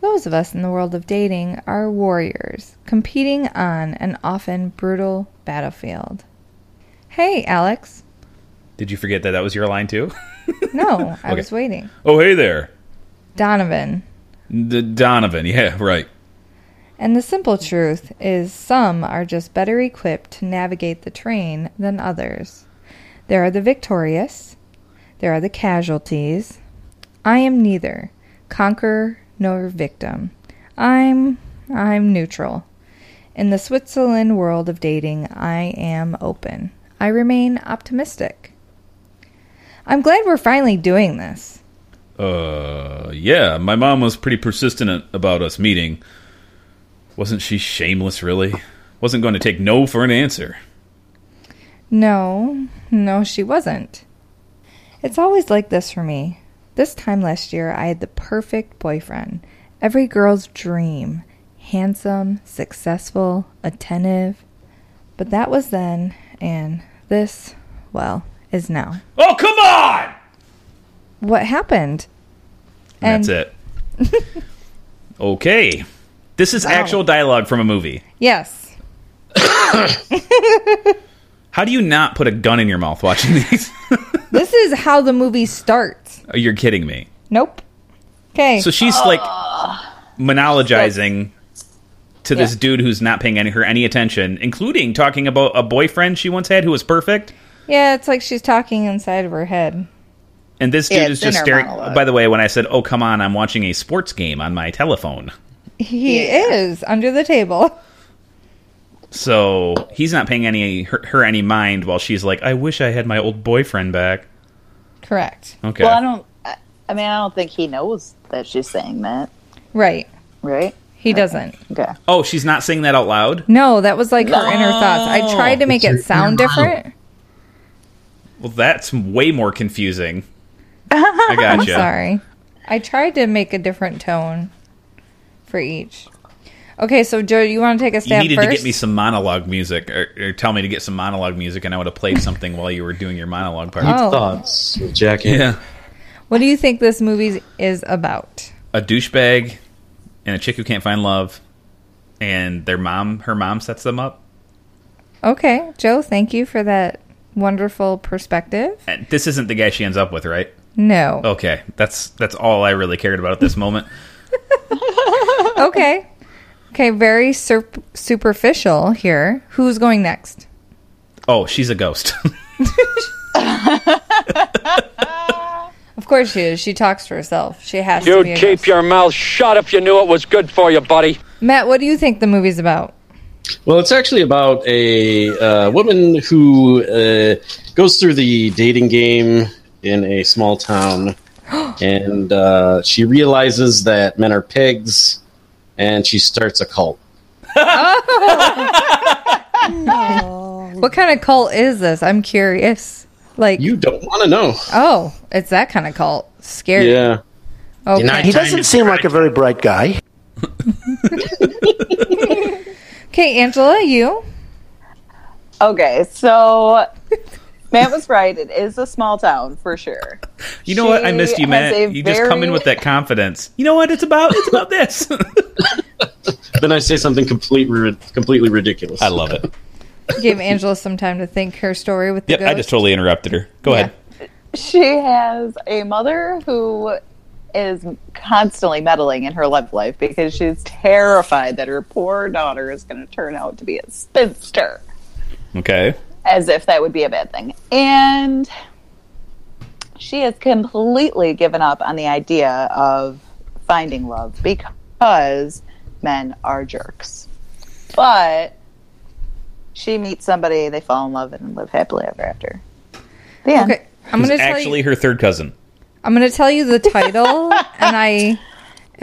Those of us in the world of dating are warriors, competing on an often brutal battlefield. Hey, Alex. Did you forget that that was your line too? No, I was waiting. Oh, hey there, Donovan. D- Donovan. Yeah, right. And the simple truth is, some are just better equipped to navigate the terrain than others. There are the victorious, there are the casualties. I am neither conqueror nor victim. I'm I'm neutral. In the Switzerland world of dating, I am open. I remain optimistic. I'm glad we're finally doing this. Uh, yeah. My mom was pretty persistent about us meeting. Wasn't she shameless? Really? Wasn't going to take no for an answer. No, no, she wasn't. It's always like this for me. This time last year, I had the perfect boyfriend. Every girl's dream. Handsome, successful, attentive. But that was then, and this, well, is now. Oh, come on! What happened? And that's it. okay. This is actual dialogue from a movie. Yes. How do you not put a gun in your mouth watching these? This is how the movie starts. You're kidding me. Nope. Okay. So she's like monologizing to this dude who's not paying any, her any attention, including talking about a boyfriend she once had who was perfect. yeah, it's like she's talking inside of her head. And this dude Yeah, is it's in just her staring. monologue. By the way, when I said, "Oh, come on, I'm watching a sports game on my telephone," He Yeah. is under the table. so he's not paying any her, her any mind while she's like, "I wish I had my old boyfriend back." Correct. Okay, Well, I don't. I, I mean, I don't think he knows that she's saying that, Right. right? He doesn't. Okay. oh, she's not saying that out loud. No, that was like her inner thoughts. I tried to make it sound different. Well, that's way more confusing. I I'm gotcha. sorry. I tried to make a different tone for each. Okay, so Joe, you want to take a You stab needed first? to get me some monologue music, or, or tell me to get some monologue music, and I would have played something while you were doing your monologue part. oh, Thoughts, Jackie. Yeah, what do you think this movie is about? a douchebag and a chick who can't find love, and their mom, her mom, sets them up. Okay, Joe, thank you for that wonderful perspective. And this isn't the guy she ends up with, right? No. Okay, that's that's all I really cared about at this moment. Oh. Okay. Okay, very sur- superficial here. Who's going next? Oh, she's a ghost. Of course she is. She talks for herself. She has to be. a You'd ghost. keep your mouth shut if you knew it was good for you, buddy. Matt, what do you think the movie's about? Well, it's actually about a uh, woman who uh, goes through the dating game in a small town, and uh, she realizes that men are pigs, and she starts a cult. What kind of cult is this? I'm curious. Like, You don't want to know. oh, it's that kind of cult. Scary. Yeah. Okay. He doesn't seem like a very bright guy. Okay, Angela, you. Okay, so Matt was right. It is a small town for sure. You know what? I She missed you, has Matt. a You just come in very- with that confidence. You know what? It's about it's about this. Then I say something completely completely ridiculous. I love it. Gave Angela some time to think her story with the Yep, ghost. I just totally interrupted her. Go ahead. She has a mother who is constantly meddling in her love life because she's terrified that her poor daughter is going to turn out to be a spinster. Okay. as if that would be a bad thing. And she has completely given up on the idea of finding love because men are jerks. But she meets somebody, they fall in love and live happily ever after. The end. Okay, I'm Who's gonna tell actually you, her third cousin. I'm gonna tell you the title, and I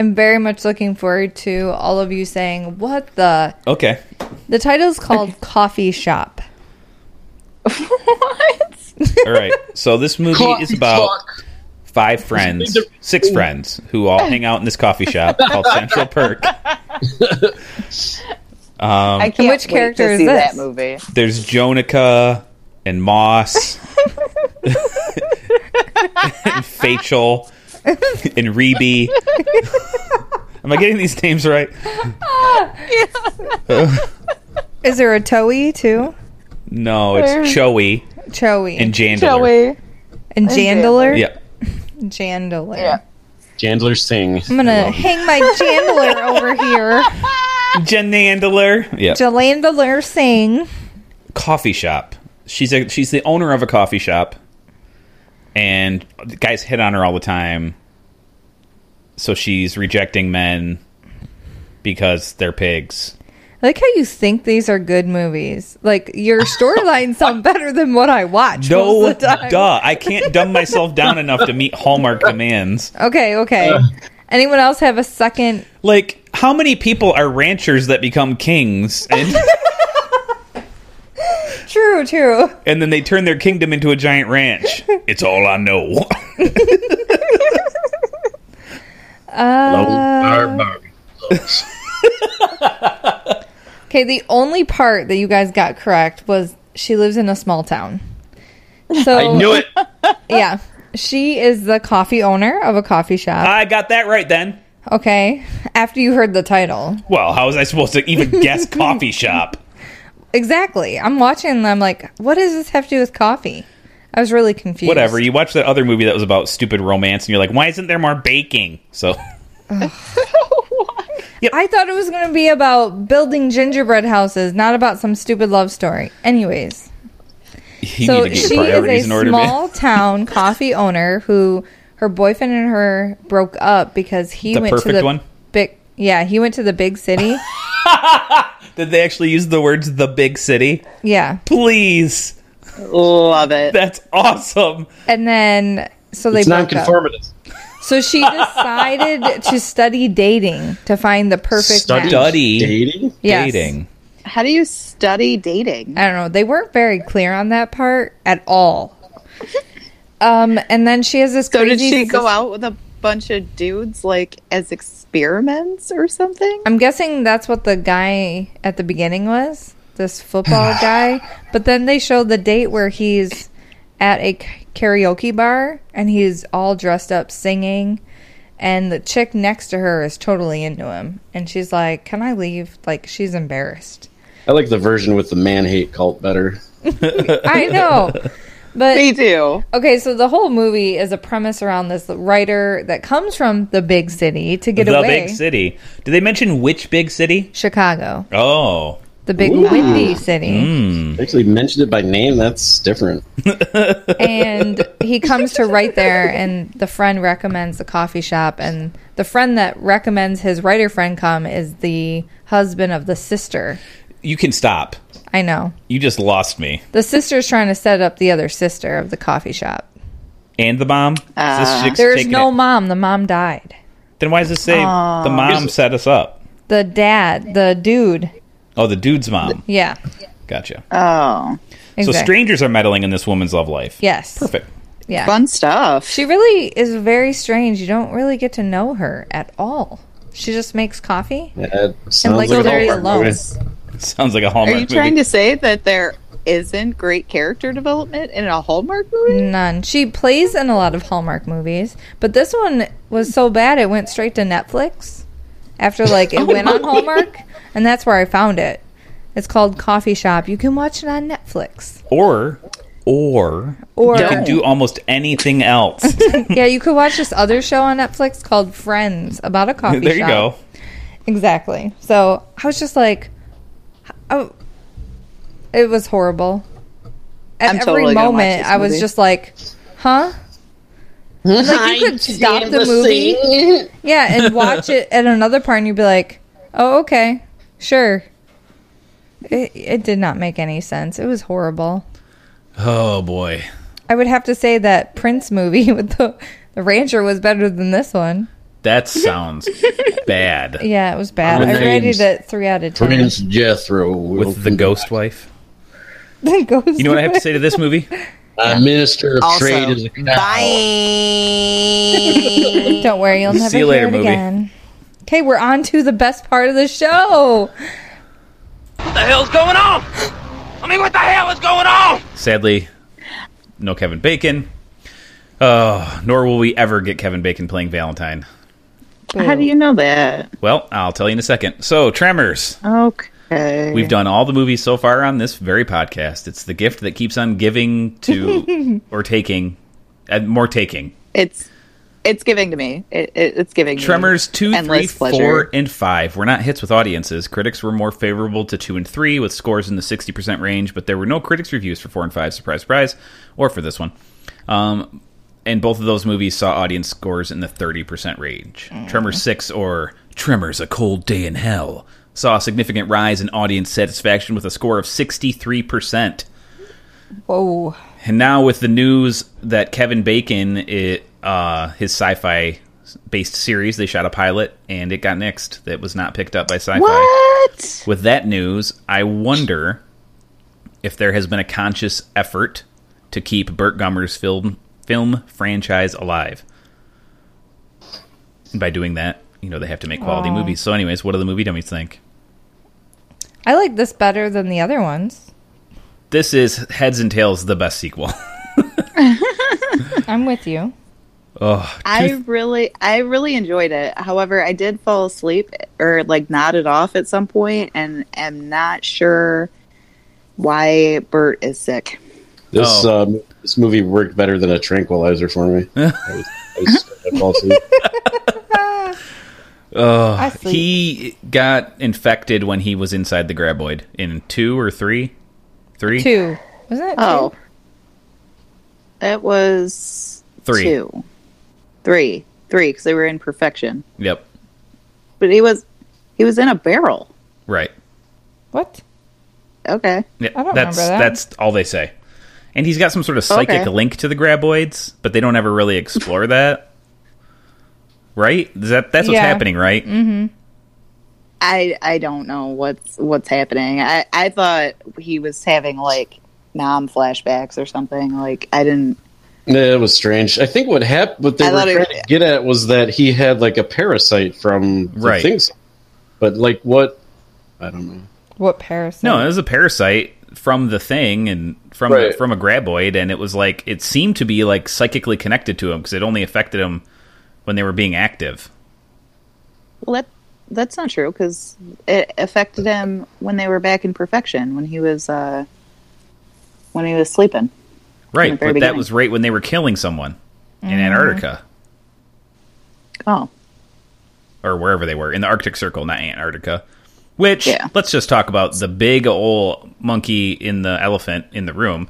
am very much looking forward to all of you saying what the. Okay. The title's called Coffee Shop. All right. So this movie is about five friends, six friends who all hang out in this coffee shop called Central Perk. Um, I can't which wait character to is see this? that movie. There's Jonica and Moss and Fachel and Reby. Am I getting these names right? Is there a Toei too? No, it's Choey Choey and and, Jandler. Joey. Jandler. Yep. Jandler. Yeah. Chandler Singh. I'm gonna hang my Jandler over here. Janandler. Yep. Jalandler Singh. coffee shop. She's a she's the owner of a coffee shop, and the guys hit on her all the time. So she's rejecting men because they're pigs. I like how you think these are good movies. Like your storyline sound better than what I watch. No, most of the time. duh! I can't dumb myself down enough to meet Hallmark demands. Okay, okay. Uh. Anyone else have a second? Like, how many people are ranchers that become kings, and, True, true. and then they turn their kingdom into a giant ranch? It's all I know. Okay, the only part that you guys got correct was she lives in a small town. So I knew it. Yeah. She is the coffee owner of a coffee shop. I got that right then. Okay. After you heard the title. Well, how was I supposed to even guess coffee shop? Exactly. I'm watching and I'm like, what does this have to do with coffee? I was really confused. whatever. You watch that other movie that was about stupid romance, and you're like, why isn't there more baking? So I thought it was going to be about building gingerbread houses, not about some stupid love story. Anyways, you so need to get she your is priorities in a order, man. small town coffee owner who her boyfriend and her broke up because he The went to perfect the one? big yeah he went to the big city Did they actually use the words "the big city"? yeah Please, Love it. that's awesome. and then so they It's broke up. nonconformist. So she decided to study dating to find the perfect Study match. Duddy. dating. Yes. Dating. How do you study dating? I don't know. They weren't very clear on that part at all. Um, and then she has this. So did crazy she go sis- out with a bunch of dudes like as experiments or something? I'm guessing that's what the guy at the beginning was, this football guy. But then they showed the date where he's at a k- karaoke bar and he's all dressed up singing. And the chick next to her is totally into him. And she's like, Can I leave? Like, she's embarrassed. I like the version with the man hate cult better. I know. They But do. okay, so the whole movie is a premise around this writer that comes from the big city to get The away. big city. Did they mention which big city? Chicago. Oh, the big windy city. Mm. Actually mentioned it by name. That's different. and he comes to right there and the friend recommends the coffee shop and the friend that recommends his writer friend come is the husband of the sister You can stop. i know You just lost me. the sister's trying to set up the other sister of the coffee shop And the mom. This chick's Ah. there's taking no Ah. it. mom the mom died Then why does it say Aw. the mom set us up? the dad the dude Oh, the dude's mom. yeah Gotcha. oh So strangers are meddling in this woman's love life. yes Perfect. yeah Fun stuff. she really is very strange you don't really get to know her at all she just makes coffee Yeah, And, like, oh, Larry alone. Sounds like a Are Hallmark you movie. trying to say that there isn't great character development in a Hallmark movie? None. She plays in a lot of Hallmark movies, but this one was so bad it went straight to Netflix after like Oh, it went on Hallmark, and that's where I found it. It's called Coffee Shop. You can watch it on Netflix. or or Or- you can do almost anything else. yeah, you could watch this other show on Netflix called Friends about a coffee there you shop. go. Exactly. So I was just like, oh, it was horrible. At I'm every totally gonna watch moment, this I was movie. just like, huh? Like, you could stop the movie. Yeah, and watch it at another part, and you'd be like, oh, okay, sure. It, it did not make any sense. It was horrible. Oh boy. I would have to say that Prince movie with the, the rancher was better than this one. That sounds bad. Yeah, it was bad. I rated it three out of ten. Jethro with the ghost wife. The ghost You know what I have to say to this movie? A minister of Also, trade is a cow. Mm. Don't worry, you'll never See you later, hear it movie. again. Okay, we're on to the best part of the show. What the hell's going on? I mean, what the hell is going on? Sadly, no Kevin Bacon. Oh, nor will we ever get Kevin Bacon playing Valentine. How do you know that? Well, I'll tell you in a second. So, Tremors. Oh, Okay. We've done all the movies so far on this very podcast. It's the gift that keeps on giving to or taking, and more taking. It's it's giving to me. It, it, it's giving. Tremors me two, three, endless four, pleasure. and 5 were not hits with audiences. Critics were more favorable to 2 and 3, with scores in the 60% range, but there were no critics' reviews for 4 and 5, surprise, surprise, or for this one. Um, and both of those movies saw audience scores in the 30% range. Tremors 6, or Tremors A Cold Day in Hell, saw a significant rise in audience satisfaction with a score of 63%. Whoa. And now with the news that Kevin Bacon, it, uh, his sci-fi based series, they shot a pilot and it got nixed. That was not picked up by sci-fi. What? With that news, I wonder if there has been a conscious effort to keep Burt Gummer's film film franchise alive. And by doing that, you know they have to make quality Aw. movies. So, anyways, what do the movie dummies think? I like this better than the other ones. This is heads and tails the best sequel. I'm with you. oh, I really, I really enjoyed it. However, I did fall asleep or like nodded off at some point, and am not sure why Bert is sick. This Oh. um, this movie worked better than a tranquilizer for me. I was, I was scared I'd fall asleep. Uh, sleep. he got infected when he was inside the graboid in two or three, three, Two. Was that Oh, that was Three. two, three, three, because they were in perfection. Yep, But he was, he was in a barrel. right. What? Okay. Yep. I don't that's remember that. that's all they say. And he's got some sort of psychic Okay. link to the graboids, but they don't ever really explore that. Right? Is that that's what's Yeah. happening, right? Mm-hmm. I I don't know what's what's happening. I I thought he was having like nom flashbacks or something. Like I didn't. Yeah, it was strange. I think what happened, what they I were thought it- trying to get at was that he had like a parasite from the Right. things. But like what? I don't know. What parasite? No, it was a parasite from the thing and from the, from a graboid, and it was like it seemed to be like psychically connected to him because it only affected him when they were being active. Well, that that's not true because it affected him when they were back in perfection when he was uh when he was sleeping. From Right, the very but that beginning. was right when they were killing someone Mm-hmm. in Antarctica Oh, or wherever they were in the Arctic Circle, not Antarctica. Which let's just talk about the big old monkey in the elephant in the room.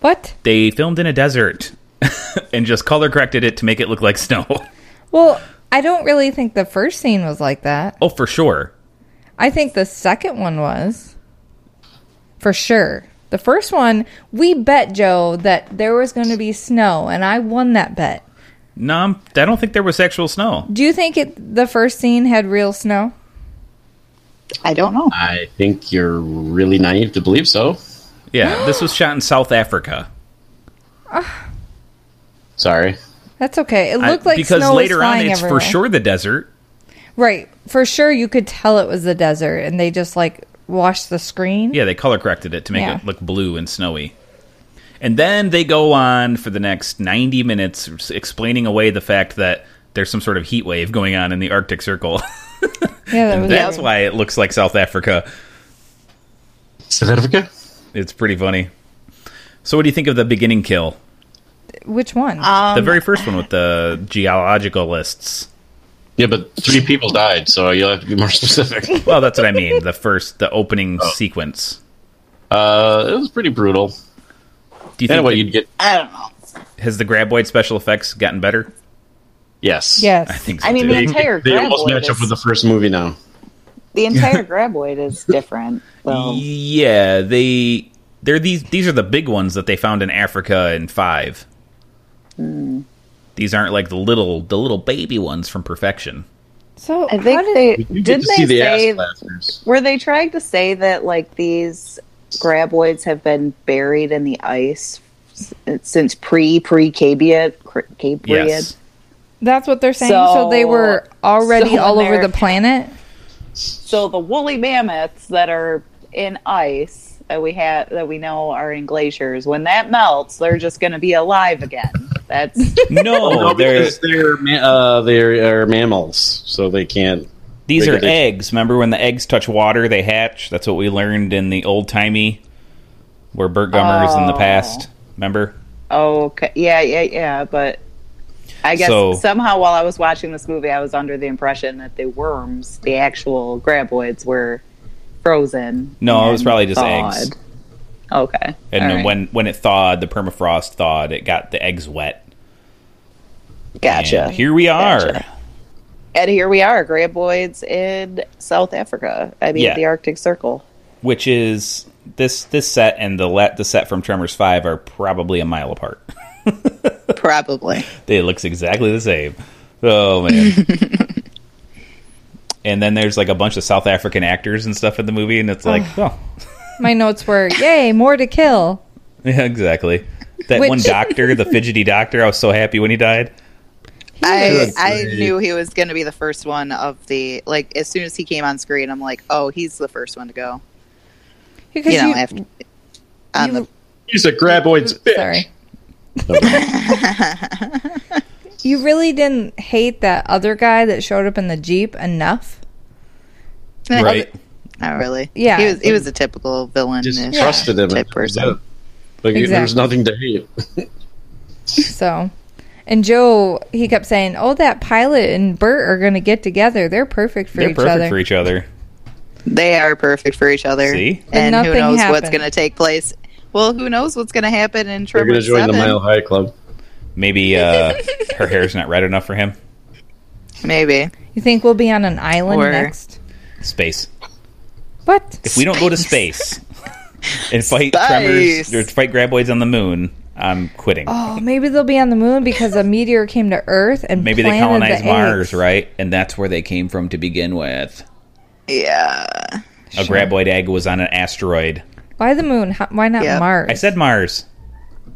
What? They filmed in a desert and just color corrected it to make it look like snow. Well, I don't really think the first scene was like that. oh, for sure. I think the second one was. For sure. The first one, we bet Joe that there was going to be snow, and I won that bet. No, I'm- I don't think there was actual snow. Do you think it, the first scene had real snow? I don't know. I think you're really naive to believe so. Yeah, this was shot in South Africa. Ah, Sorry. that's okay. It I- looked like because snow later was on, flying it's everywhere. for sure the desert. Right. For sure, you could tell it was the desert, and they just like washed the screen. Yeah, they color corrected it to make Yeah. it look blue and snowy. And then they go on for the next 90 minutes s- explaining away the fact that there's some sort of heat wave going on in the Arctic Circle. Yeah, that Oh, and was that's weird. why it looks like South Africa. South Africa? It's pretty funny. So, what do you think of the beginning kill? Which one? Um, the very first one with the geological lists. Yeah, but three people died, so you'll have to be more specific. well, that's what I mean. The first, the opening sequence. Uh, it was pretty brutal. Do you think Anyway, that- you'd get I don't know. Has the graboid special effects gotten better? Yes. Yes. I think so. I mean, too. the entire They almost graboid match up is- with the first movie now. The entire graboid is different. Yeah, they they're these these are the big ones that they found in Africa in 5. These aren't like the little the little baby ones from Perfection. So I think they get did to they see the ass say were they trying to say that like these graboids have been buried in the ice s- since pre pre Cabrian Cabrian? Yes. That's what they're saying. So, they were already so all over America- the planet. So the woolly mammoths that are in ice that we have that we know are in glaciers when that melts they're just going to be alive again. That's No, no, Oh, they're- because they're ma- uh, they are mammals, so they can't. These they are can- they- eggs. Remember when the eggs touch water, they hatch? That's what we learned in the old timey where Bert Gummer is in the Oh. past. Remember? okay. Yeah, yeah, yeah, but I guess So- somehow while I was watching this movie I was under the impression that the worms, the actual graboids were frozen. No, it was and probably just thawed. eggs. Okay. And All then right. when when it thawed, the permafrost thawed, it got the eggs wet. Gotcha. And here we are. and here we are, graboids in South Africa. I mean Yeah. the Arctic Circle. which is this this set and the let the set from Tremors Five are probably a mile apart. probably. They looks exactly the same. Oh man. and then there's like a bunch of South African actors and stuff in the movie, and it's like, oh, My notes were, "Yay, more to kill." yeah, exactly. That Which- one doctor, the fidgety doctor, I was so happy when he died. I Good I grief. knew he was going to be the first one of the like as soon as he came on screen. I'm like, oh, he's the first one to go. Because you know, you- after on the He's a graboid's bitch. Sorry. You really didn't hate that other guy that showed up in the jeep enough. Right. not really. Yeah. he was he was a typical villain. Just trusted him. Type person. Like Exactly. there's nothing to hate. So, and Joe, he kept saying, "Oh, that pilot and Bert are going to get together. They're perfect for They're each perfect other." for each other. They are perfect for each other. See? And, And who nothing knows what's happened. going to take place? Well, who knows what's going to happen in They're gonna Tremors join Seven? the Mile High Club. Maybe uh, her hair's not red enough for him. Maybe You think we'll be on an island Or- next? Space. What? If we don't go to space and fight Space. Tremors or fight graboids on the moon, I'm quitting. Oh, maybe they'll be on the moon because a meteor came to Earth and Maybe they planted the colonized egg. Mars, right? And that's where they came from to begin with. Yeah. A Sure. graboid egg was on an asteroid. Why the moon? How, why not Mars? I said Mars.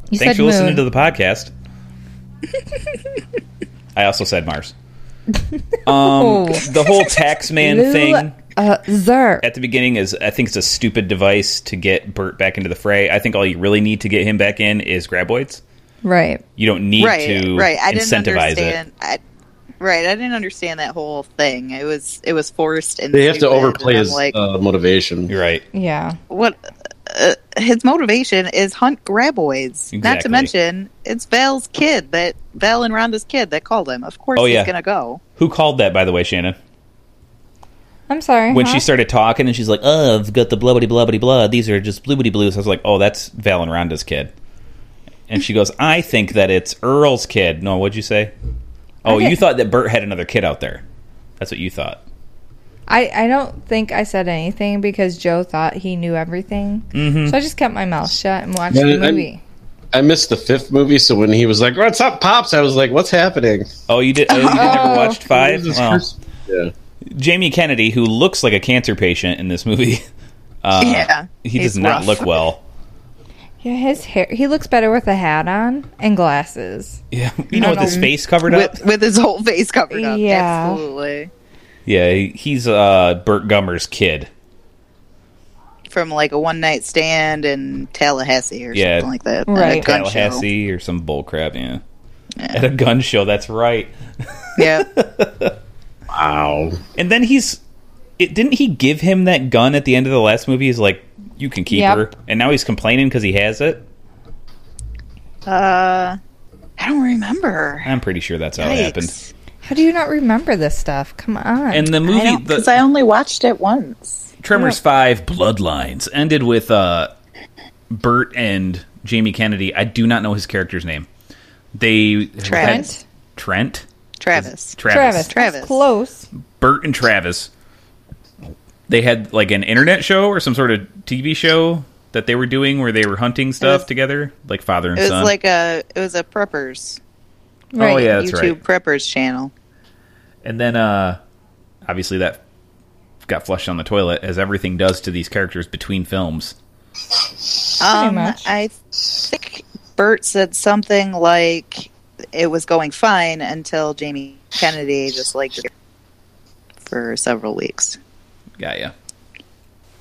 You Thanks said for listening moon. to the podcast. I also said Mars. Um, the whole Taxman Lou- thing Uh, Zer. at the beginning is, I think, it's a stupid device to get Bert back into the fray. I think all you really need to get him back in is graboids. Right. You don't need right, to right. I didn't incentivize it. understand. I, right, I didn't understand that whole thing. It was it was forced and They have to stupid, overplay and I'm his uh, motivation. You're right. Yeah. what uh, his motivation is hunt graboids. Not to Exactly. mention, it's Val's kid that Val and Rhonda's kid that called him. Of course, Oh, he's yeah. gonna go. Who called that, by the way, Shannon? I'm sorry. when huh? she started talking and she's like, "Oh, I've got the blah blah blah blah blah. These are just bloobity blues." I was like, "Oh, that's Val and Rhonda's kid." And she goes, "I think that it's Earl's kid." No, what'd you say? Oh, Okay. you thought that Bert had another kid out there. That's what you thought. I, I don't think I said anything because Joe thought he knew everything. Mhm. Mm-hmm. So I just kept my mouth shut and watched Yeah, the I'm- movie. I missed the fifth movie, so when he was like, "What's up, pops?" I was like, "What's happening?" Oh, you did. Oh, you did never Oh. watched five. Jesus Well, Christ. Yeah. Jamie Kennedy, who looks like a cancer patient in this movie, uh, Yeah, he he's does not rough. look well. Yeah, his hair. He looks better with a hat on and glasses. Yeah, you know, with Um, his face covered up. with, with his whole face covered up. Yeah. Absolutely. Yeah, he- he's uh, Bert Gummer's kid. From like a one night stand in Tallahassee or yeah, something like that. Right, At a gun show. Tallahassee or some bullcrap. Yeah. at a gun show. That's right. Yeah. wow. And then he's, it didn't he give him that gun at the end of the last movie? He's like, you can keep Yep. her, and now he's complaining because he has it. Uh, I don't remember. I'm pretty sure that's how it happened. How do you not remember this stuff? Come on. And the movie, the, Because I only watched it once. Tremors Five Bloodlines ended with uh, Bert and Jamie Kennedy. I do not know his character's name. They Trent. Trent. Travis. Travis. Oh, Travis. Close. Bert and Travis. They had like an internet show or some sort of TV show that they were doing where they were hunting stuff together, like father It and was son. like a it was a preppers. Oh, yeah, that's YouTube right. preppers channel. and then uh obviously that got flushed on the toilet as everything does to these characters between films. Um, I think Bert said something like it was going fine until Jamie Kennedy just like for several weeks. Yeah, yeah.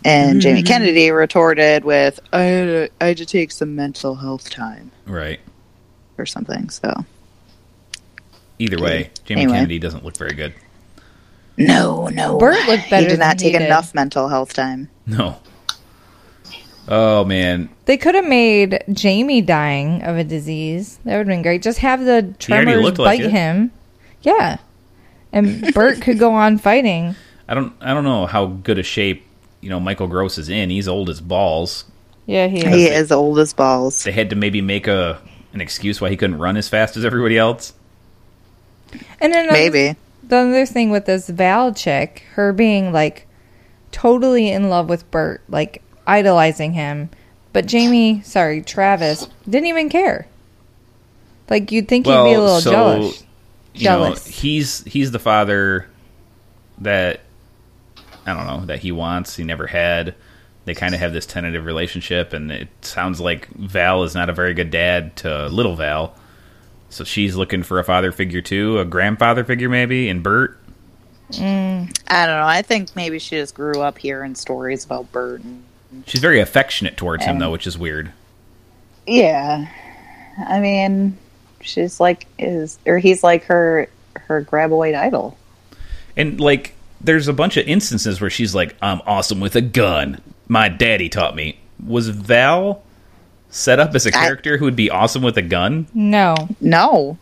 And Jamie Mhm. Kennedy retorted with, I had, to, I had to take some mental health time Right. or something. So, Either way, Jamie Anyway. Kennedy doesn't look very good. no, no. Bert looked better He did than not he take did. enough mental health time. No. Oh man. They could have made Jamie dying of a disease. That would have been great. Just have the He already tremors looked bite like it. him. Yeah. And Bert could go on fighting. I don't I don't know how good a shape, you know, Michael Gross is in. He's old as balls. Yeah, he He is old as balls. They had to maybe make a an excuse why he couldn't run as fast as everybody else. And then Maybe. the other thing with this Val chick, her being like totally in love with Bert, like idolizing him, but Jamie, sorry, Travis didn't even care. Like you'd think he'd be a little jealous. You know, Jealous. he's he's the father that I don't know that he wants. He never had. They kind of have this tentative relationship, and it sounds like Val is not a very good dad to little Val. So she's looking for a father figure too, a grandfather figure maybe, and Bert. I don't know. I think maybe she just grew up hearing stories about Bert. And, She's very affectionate towards him Yeah. though, which is weird. yeah. I mean, she's like is or he's like her her graboid idol. And like, there's a bunch of instances where she's like, "I'm awesome with a gun. My daddy taught me." Was Val set up as a character who would be awesome with a gun? No. No.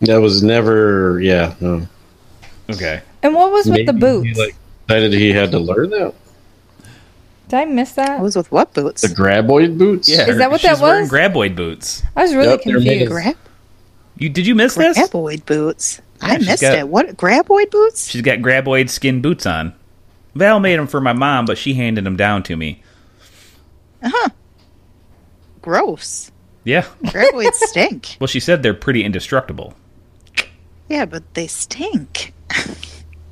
That was never. Yeah. No. Okay. And what was with the boots? He, like, decided he had to learn that. Did I miss that? was with what boots? The graboid boots. Yeah, Is that what she's that wearing was? Graboid boots. I was really Yep, they're made confused. of- You did you miss this? Graboid boots. I she's missed got- it. What graboid boots? She's got Graboid skin boots on. Val made them for my mom, but she handed them down to me. Gross. Yeah. Graboids stink. Well, she said they're pretty indestructible. Yeah, but they stink.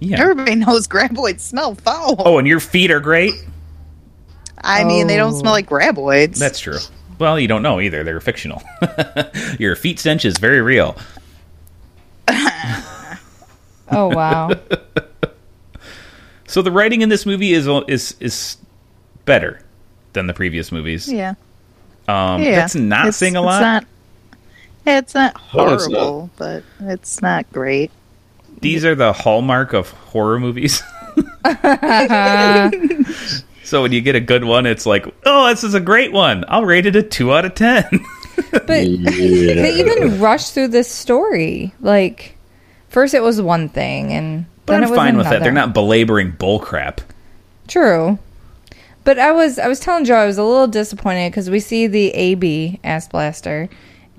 Yeah. Everybody knows graboids smell foul. Oh, and your feet are great. I mean, they don't Oh. smell like graboids. That's true. Well, you don't know either. They're fictional. your feet stench is very real. Oh wow. So the writing in this movie is is is better than the previous movies. yeah. Um, yeah. That's not It's- saying a lot. It's not, Oh, it's not No, horrible, it's not. but it's not great. These are the hallmark of horror movies. so when you get a good one, it's like, oh, this is a great one. I'll rate it a two out of ten. But they even rushed through this story. Like, first it was one thing, and But Then it I'm was fine with that. another. They're not belaboring bullcrap. True. But I was I was telling Joe I was a little disappointed because we see the AB ass blaster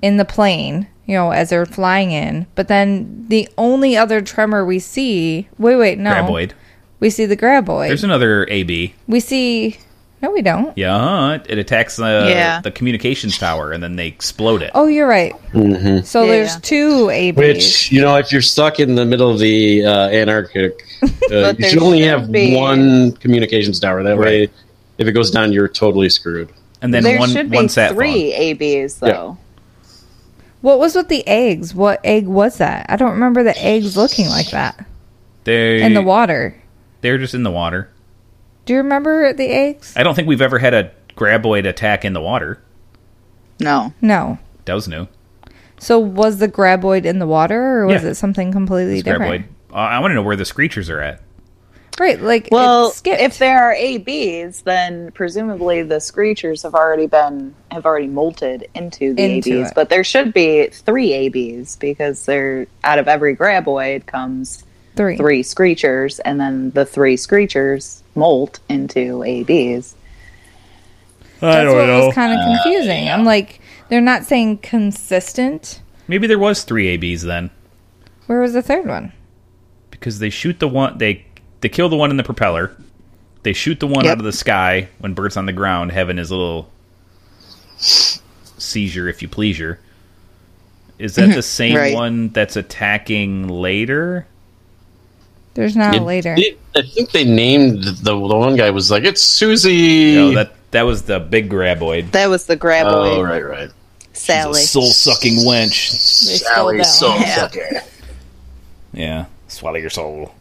in the plane, you know, as they're flying in. But then the only other tremor we see wait wait no Graboid. we see the graboid. There's another AB. we see no we don't. Yeah, it, it attacks the Yeah. the communications tower and then they explode it. Oh, you're right. Mm-hmm. So there's two ABs. Which you know, if you're stuck in the middle of the uh, Antarctic, uh, But you there should only should have be. one communications tower. That way, if it goes down, you're totally screwed. And there should be three ABs though. What was with the eggs? What egg was that? I don't remember the eggs looking like that They in the water. They're just in the water. Do you remember the eggs? I don't think we've ever had a graboid attack in the water. No. No. That was new. So was the graboid in the water, or was Yeah. it something completely It's different? graboid. Uh, I want to know where the screechers are at. Right, like well, if there are ABs, then presumably the screechers have already been have already molted into the Into ABs. it. But there should be three ABs because they're out of every graboid comes Three. three screechers, and then the three screechers molt into ABs. I That's what was Uh, kind of confusing. I'm like, they're not saying consistent. Maybe there was three ABs then Where was the third one? because they shoot the one they they kill the one in the propeller. They shoot the one Yep. out of the sky when Bert's on the ground having his little seizure, if you pleasure. Is that the same Mm-hmm. Right. one that's attacking later? There's not It- Oh, later. it- I think they named the, the one guy was like, "It's Susie." No, that that was the big graboid. That was the graboid. Oh, right, right. Sally. Soul sucking wench. Sally stole that one. Soulsucker. Yeah, swallow your soul.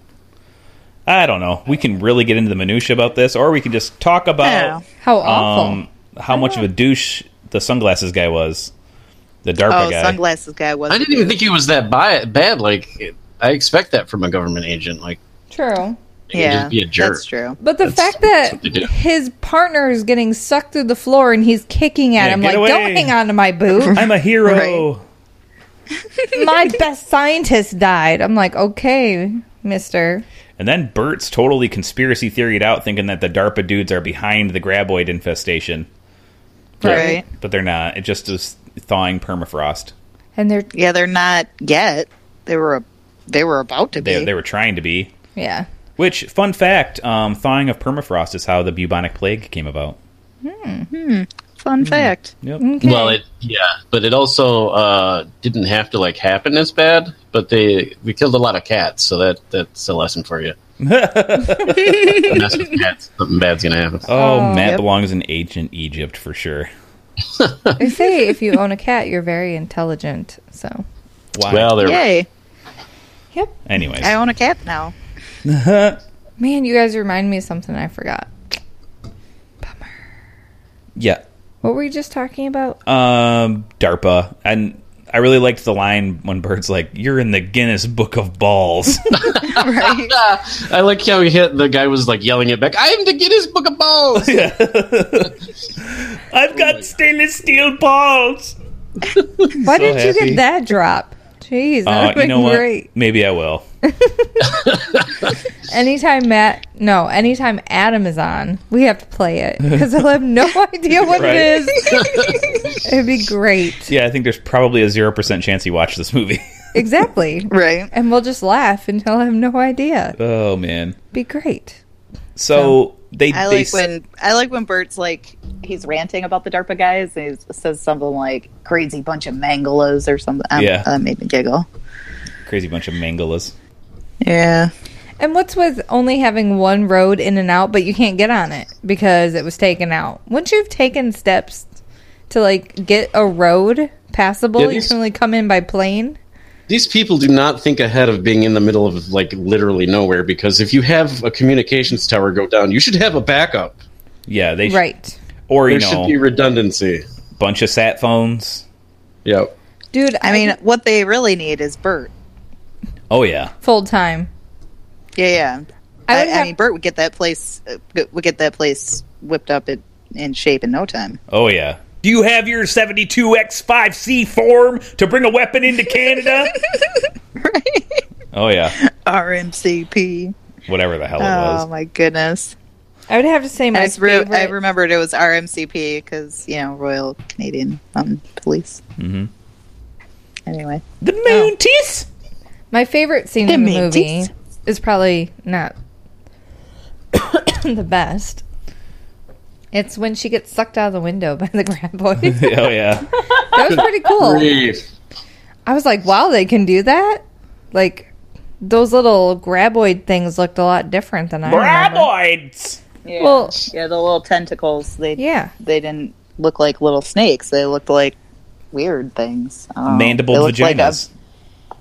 I don't know. We can really get into the minutia about this, or we can just talk about um, How awful. how much of a douche the sunglasses guy was, the DARPA oh, guy. sunglasses guy was. I didn't even think he was that bi- bad. Like, I expect that from a government agent. Like, True. he can just be a jerk. true. But the fact that they do. his partner is getting sucked through the floor and he's kicking at Yeah, him get like, away. "Don't hang on to my boot." I'm a hero. my best scientist died. I'm like, okay, Mister. And then Bert's totally conspiracy theoried out, thinking that the DARPA dudes are behind the graboid infestation. Right. But they're not. It just was thawing permafrost. And they're yeah, they're not yet. They were they were about to be. They, they were trying to be. Yeah. Which, fun fact, um, thawing of permafrost is how the bubonic plague came about. Hmm. Fun Mm. fact. Yep. Well, it yeah, but it also uh, didn't have to like happen as bad. But they we killed a lot of cats, so that that's a lesson for you. Don't mess with cats, something bad's gonna happen. Oh, Matt Yep. belongs in ancient Egypt for sure. They say if you own a cat, you're very intelligent. So, Why? Well, they're Yay! Anyways, I own a cat now. man, you guys remind me of something I forgot. yeah. What were you just talking about? Um, DARPA, and I really liked the line when Bert's like, "You're in the Guinness Book of Balls." I like how he hit the guy was like yelling it back. I am the Guinness Book of Balls. I've got stainless steel balls. Why So did you happy. get that drop? Jeez, Uh, that would you know be great. what? Maybe I will. Anytime Matt, no, anytime Adam is on, we have to play it because I'll have no idea what Right. it is. It'd be great. Yeah, I think there's probably a zero percent chance he watched this movie. Exactly. right. And we'll just laugh until I have no idea. oh man. Be great. So they. I they like s- when I like when Bert's like he's ranting about the DARPA guys and he says something like "crazy bunch of mangalas" or something. Um, Yeah. that made me giggle. crazy bunch of mangalas. Yeah, And what's with only having one road in and out, but you can't get on it because it was taken out? Once you've taken steps to like get a road passable, Yeah, you these- can only come in by plane. These people do not think ahead of being in the middle of like literally nowhere because if you have a communications tower go down, you should have a backup. Yeah, they sh- Right. or you there know, should be redundancy. bunch of sat phones. Yep. Dude, I mean, what they really need is Bert. Oh yeah. Full time. Yeah, yeah. I I, would I have- mean, Bert would get that place. Uh, g- would get that place whipped up in, in shape in no time. Oh yeah. Do you have your 72X5C form to bring a weapon into Canada? Oh yeah, RMCP. whatever the hell it Oh was. my goodness. I would have to say I, my just re- I favorite- remembered it was RMCP because you know Royal Canadian um, Police. Mm-hmm. Anyway, the Mounties. My favorite scene in the movie Mounties. is probably not the best. It's when she gets sucked out of the window by the grab boy. oh yeah. that was pretty cool. I was like, wow, they can do that. Like those little graboid things looked a lot different than I remember. Graboids. Yeah. Well- yeah, the little tentacles. They Yeah. they didn't look like little snakes. They looked like weird things. I don't know. Mandible They looked Oh, like a- vaginas.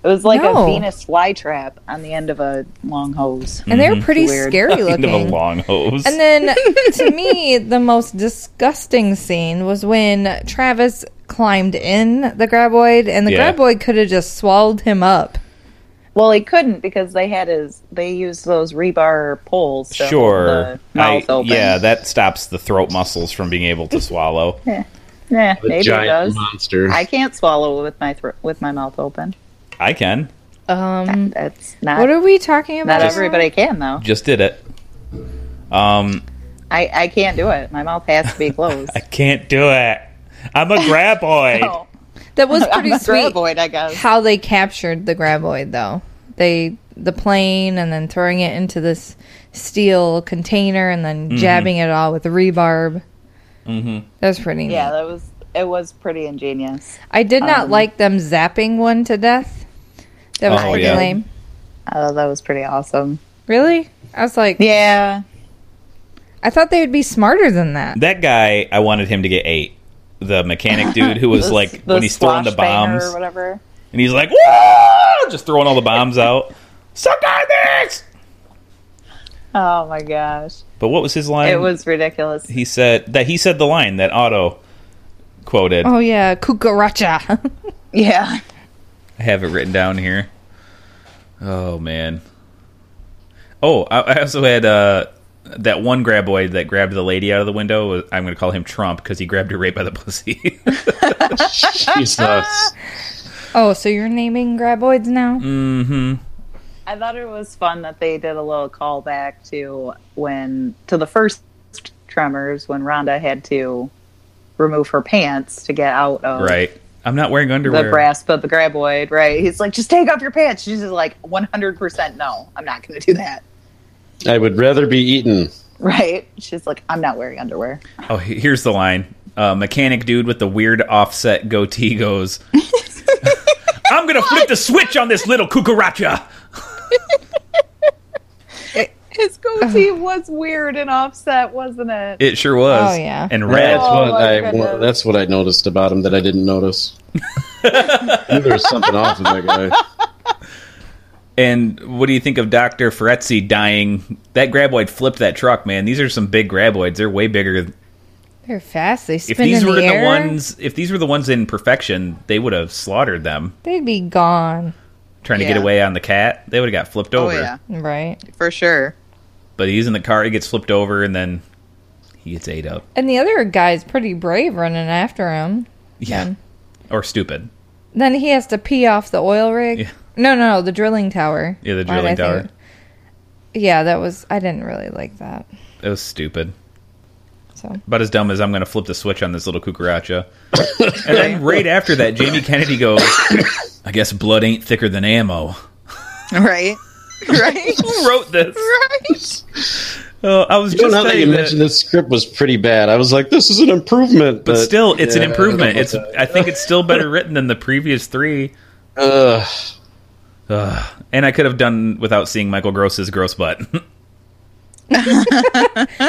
it was like No. a Venus flytrap on the end of a long hose. Mm-hmm. And they were pretty Weird. scary Kind of a looking. long hose. And then to me, the most disgusting scene was when Travis climbed in the graboid, and the Yeah. graboid could have just swallowed him up. Well, he couldn't because they had his. They used those rebar poles. To sure. Hold the mouth I- open. Yeah, that stops the throat muscles from being able to swallow. Yeah, The maybe it giant does. monster. I can't swallow with my thro- with my mouth open. I can. Um, That's not what are we talking about? not now? everybody can though. Just did it. Um, I I can't do it. My mouth has to be closed. I can't do it. I'm a graboid. So, That was I'm pretty a sweet. graboid, I guess. How they captured the graboid, though they the plane and then throwing it into this steel container and then Mm-hmm. jabbing it all with rebarb. Mm-hmm. That was pretty. Yeah, neat. that was it. Was pretty ingenious. I did not like them zapping one to death. That was Oh, pretty yeah. lame. Oh, that was pretty awesome. Really? I was like, Yeah, I thought they would be smarter than that. That guy, I wanted him to get eight. The mechanic dude who was The- like when he's throwing the swashbuckler bombs or whatever. and he's like, Whoa! just throwing all the bombs out. Suck on this. Oh my gosh, But what was his line? it was ridiculous. he said that he said the line that Otto quoted. Oh yeah, cucaracha. Yeah, I have it written down here. Oh man. Oh, I, I also had uh, that one graboid that grabbed the lady out of the window. I'm going to call him Trump because he grabbed her right by the pussy. Jesus. oh, so you're naming graboids now? Mm. I thought it was fun that they did a little callback to when to the first Tremors when Rhonda had to remove her pants to get out of right. I'm not wearing the underwear. brass, but the graboid. Right? He's like, just take off your pants. She's just like, one hundred percent, no, I'm not going to do that. I would rather be eaten. Right? She's like, I'm not wearing underwear. Oh, he- here's the line. Uh, mechanic dude with the weird offset goatee goes, I'm going to flip the switch on this little cucaracha. His goatee was weird and offset, wasn't it? It sure was. Oh, yeah. And red. That's Oh, what my I. goodness. that's what I noticed about him that I didn't notice. Knew there was something off with that guy. And what do you think of Dr. Ferretzi dying? That graboid flipped that truck, man. These are some big graboids. They're way bigger. They're fast. They spin If these in were the air. the ones if these were the ones in perfection, they would have slaughtered them. They'd be gone, Trying to get Yeah. away on the cat, they would have got flipped oh over. yeah, right? for sure. But he's in the car, he gets flipped over and then he gets ate up. And the other guy's pretty brave running after him. Yeah. Or stupid. Then he has to pee off the oil rig. Yeah. No, no, no, the drilling tower. Yeah, Why the did drilling I think- tower. Yeah, that was. I didn't really like that. It was stupid. So About as dumb as I'm going to flip the switch on this little cucaracha. and then right after that, Jamie Kennedy goes, I guess blood ain't thicker than ammo. Right? Right? Who wrote this? right? Oh, I was You know, just now that you saying that, mentioned this script was pretty bad, I was like, this is an improvement. but still, it's yeah, an improvement. I It's don't know about I think it's still better written than the previous three. that. Ugh. Ugh. And I could have done without seeing Michael Gross's gross butt.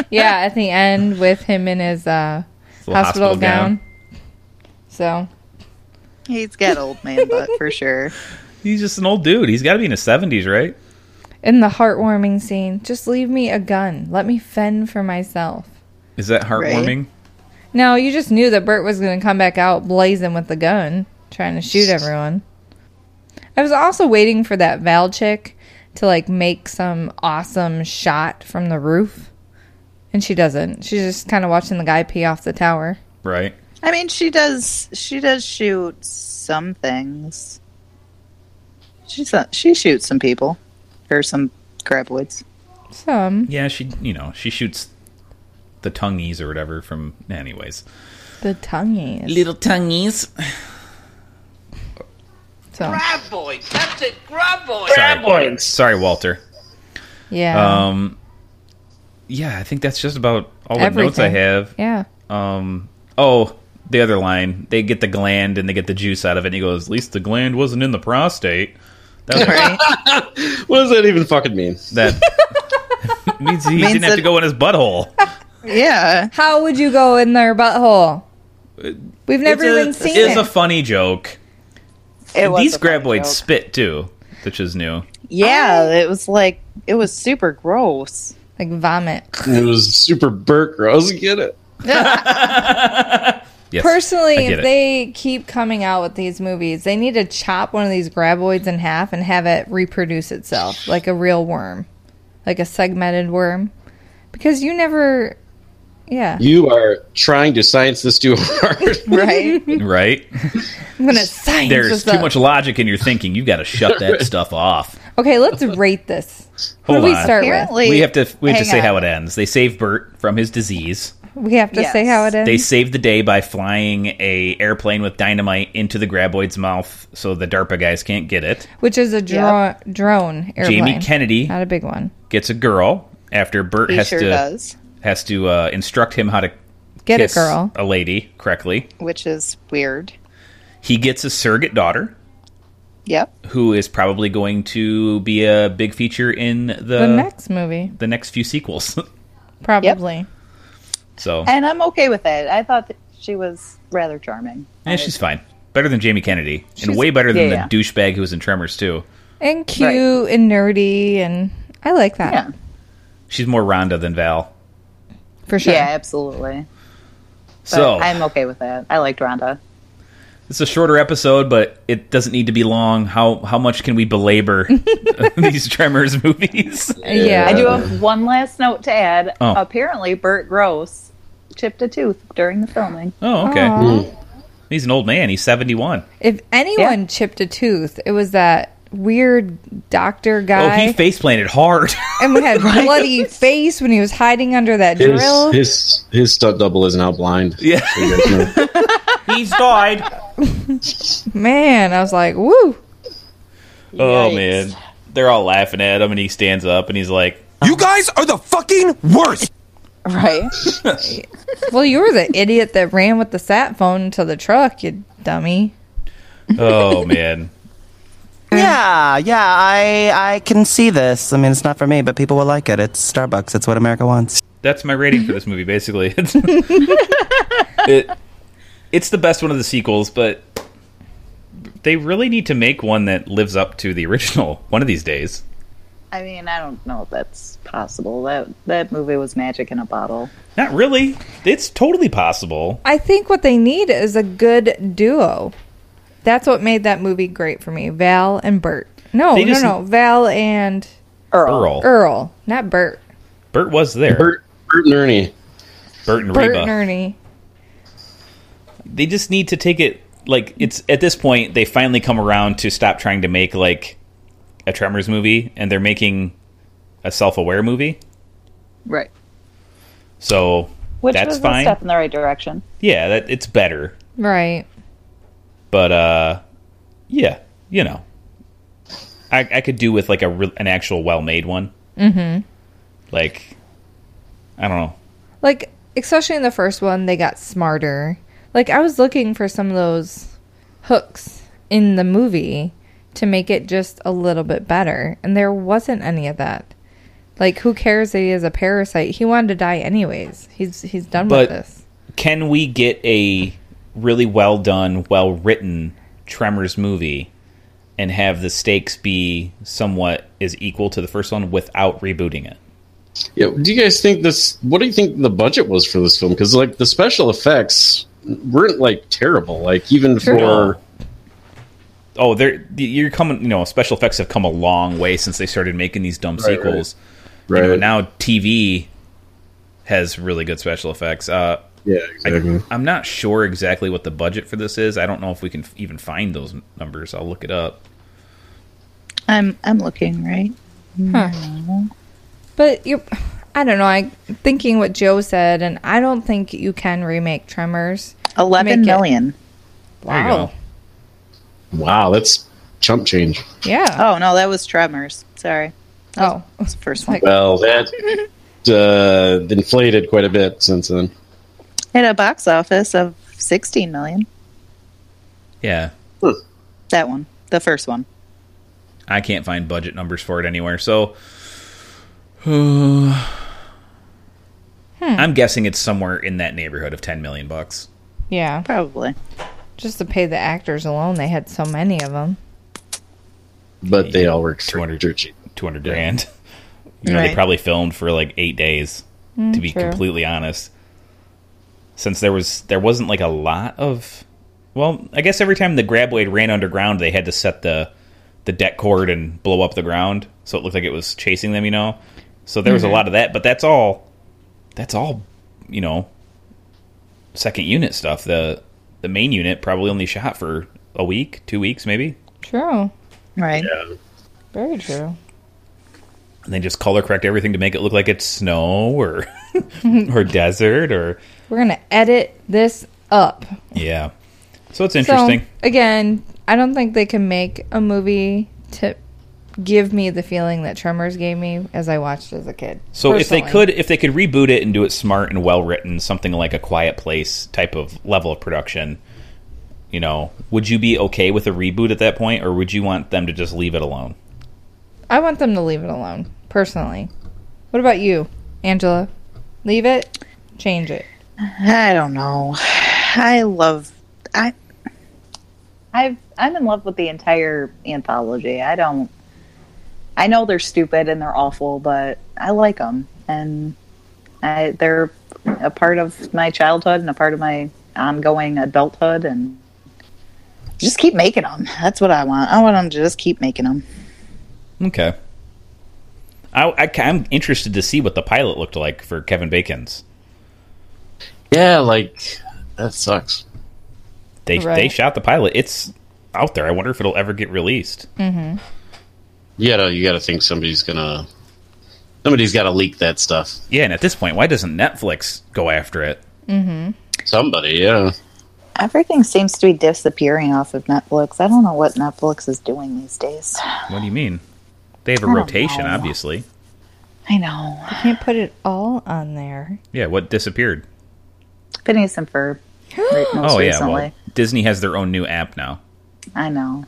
yeah, at the end with him in his uh, hospital, hospital gown. gown. So He's got old man butt for sure. He's just an old dude. He's got to be in his seventies, right? in the heartwarming scene, just leave me a gun. Let me fend for myself. Is that heartwarming? No, you just knew that Bert was going to come back out blazing with the gun, trying to shoot everyone. I was also waiting for that Val chick to like make some awesome shot from the roof, and she doesn't. She's just kind of watching the guy pee off the tower. Right. I mean, she does. She does shoot some things. She's a, she shoots some people or some craboids. Some. Yeah, she you know she shoots the tongueies or whatever from anyways. The tongueies. Little tongueies. So, Graboids. That's it. Graboids. Sorry. Sorry, Walter. yeah. Um, yeah, I think that's just about all the notes I Everything. have. Yeah. Um, oh, the other line. They get the gland and they get the juice out of it. And he goes, "At least the gland wasn't in the prostate." That was- What does that even fucking mean? That means he Means didn't have that- to go in his butthole. Yeah. How would you go in their butthole? We've never It's a- even seen It's it. a funny joke. It was These a funny graboids joke. Oh. spit too, which is new. Yeah, it was like it was super gross. like vomit. It was super Burke gross. Get it? Yes, Personally, I get if it. they keep coming out with these movies, they need to chop one of these graboids in half and have it reproduce itself like a real worm, like a segmented worm, because you never, yeah, You are trying to science this too hard. Right? right? I'm gonna science There's this too up. much logic in your thinking. You've got to shut that stuff off. Okay, let's rate this. What Hold do we on. start with? Apparently We have to we have to Hang say on. how it ends. They save Bert from his disease. We have to say Yes. how it ends. They save the day by flying a airplane with dynamite into the graboid's mouth so the DARPA guys can't get it. which is a dro- drone airplane. Jamie Kennedy not a big one. gets a girl after Bert he has sure to does. has to uh, instruct him how to Get kiss a girl. a lady correctly. Which is weird. He gets a surrogate daughter Yep. who is probably going to be a big feature in the The next movie, the next few sequels. probably. so And I'm okay with that. I thought that she was rather charming. yeah, she's fine. Better than Jamie Kennedy, and way better than yeah. the douchebag who was in Tremors too. And cute and nerdy, and I like that Yeah. She's more Rhonda than Val. for sure. Yeah, absolutely. But So I'm okay with that. I liked Rhonda. It's a shorter episode, but it doesn't need to be long. How how much can we belabor these Tremors movies? yeah. I do have one last note to add. Uh, Oh. Apparently, Burt Gross chipped a tooth during the filming. Oh, okay. He's an old man. He's seventy one. If anyone chipped a tooth, it was that weird doctor Oh, guy, he face planted hard. and we had bloody face when he was hiding under that His, drill. his his stunt double is now blind. Yeah. So you guys know. He's died. Man, I was like, "Woo!" Oh man, they're all laughing at him, and he stands up and he's like, You guys are the fucking worst. Right? Well, you were the idiot that ran with the sat phone into the truck, you dummy. "Oh man." Yeah, yeah, I I can see this. I mean, it's not for me, but people will like it. It's Starbucks. It's what America wants. That's my rating for this movie. Basically, it's it, it's the best one of the sequels, but they really need to make one that lives up to the original one of these days. I mean, I don't know if that's possible. That that movie was magic in a bottle. Not really. It's totally possible. I think what they need is a good duo. That's what made that movie great for me. Val and Bert. No, They no, just- no. Val and Earl. Earl. Earl, not Bert. Bert was there. Bert, Bert, Bert and Ernie. and Bert Reba. and Ernie. They just need to take it like it's at this point they finally come around to stop trying to make like a Tremors movie and they're making a self-aware movie. Right. So Which that's was a fine. step in the right direction. Yeah, that it's better. Right. But uh yeah, you know. I I could do with like a re- an actual well-made one. Mhm. Like I don't know. like especially in the first one they got smarter like i was looking for some of those hooks in the movie to make it just a little bit better and there wasn't any of that like who cares that he is a parasite he wanted to die anyways he's he's done with But- this can we get a really well done, well written Tremors movie and have the stakes be somewhat as equal to the first one without rebooting it? Yeah. Do you guys think this? What do you think the budget was for this film? Because like the special effects weren't like terrible. Like even for Oh, they're you're coming. You know, special effects have come a long way since they started making these dumb Right, sequels. right You know, now TV has really good special effects. Uh, Yeah. Exactly. I'm not sure exactly what the budget for this is. I don't know if we can f- even find those numbers. I'll look it up. I'm I'm looking right. Huh. But you, I don't know. I thinking what Joe said, and I don't think you can remake Tremors. Eleven Make it- million. There you Wow. Wow, that's chump change. Yeah. Uh. Oh no, that was Tremors. Sorry. Oh, that's the first one. Well, that uh, inflated quite a bit since then. At a box office of sixteen million. Yeah, That one, the first one. I can't find budget numbers for it anywhere. So, uh, I'm guessing it's somewhere in that neighborhood of 10 million bucks. Yeah. Probably. Just to pay the actors alone, they had so many of them. But they all worked 200, 200 grand. Yeah. You know, Right. they probably filmed for like eight days. Mm, to be true. completely honest, since there was there wasn't like a lot of. Well, I guess every time the grab blade ran underground, they had to set the the deck cord and blow up the ground, so it looked like it was chasing them. You know, so there was Mm-hmm. Mhm. a lot of that. But that's all. That's all. You know, second unit stuff. The the main unit probably only shot for a week, two weeks, maybe. True. Right. Very true. and they just color correct everything to make it look like it's snow or or desert or We're gonna edit this up. yeah. So it's interesting. So, again, I don't think they can make a movie to give me the feeling that Tremors gave me as I watched as a kid. So, if they Personally. could if they could reboot it and do it smart and well written, something like a Quiet Place type of level of production, you know, would you be okay with a reboot at that point or would you want them to just leave it alone? I want them to leave it alone, personally. What about you, Angela? Leave it, change it. I don't know. I love I I've I'm in love with the entire anthology. I don't I know they're stupid and they're awful, but I like them and I they're a part of my childhood and a part of my ongoing adulthood and just keep making them. That's what I want. I want them to just keep making them. Okay. I, I I'm interested to see what the pilot looked like for Kevin Bacon's. Yeah, like that sucks. They they Right. shot the pilot. It's out there. I wonder if it'll ever get released. Mm-hmm. You gotta, you gotta think somebody's gonna, somebody's gotta leak that stuff. Yeah, and at this point, why doesn't Netflix go after it? Mm-hmm. Somebody, yeah. Everything seems to be disappearing off of Netflix. I don't know what Netflix is doing these days. What do you mean? They have a I don't rotation, know. obviously. I know. I can't put it all on there. Yeah, what disappeared? Phineas and Ferb. right, most oh yeah, recently. well, Disney has their own new app now, I know,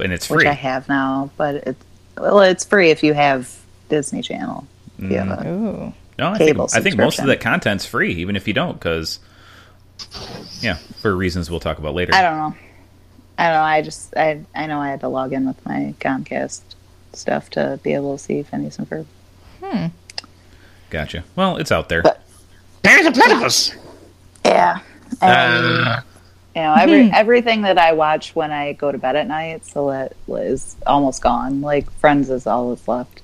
and it's which free. I have now, but it's well, it's free if you have Disney Channel. If you have a Mm. Ooh. no, I cable think, I think most of subscription. that content's free, even if you don't, because yeah, for reasons we'll talk about later. I don't know. I don't know. I just I I know I had to log in with my Comcast stuff to be able to see Phineas and Ferb. Gotcha. Well, it's out there. There's a platypus. Yeah. Ah. You know, hmm. every everything that I watch when I go to bed at night, so that is almost gone. Like Friends is all that's left.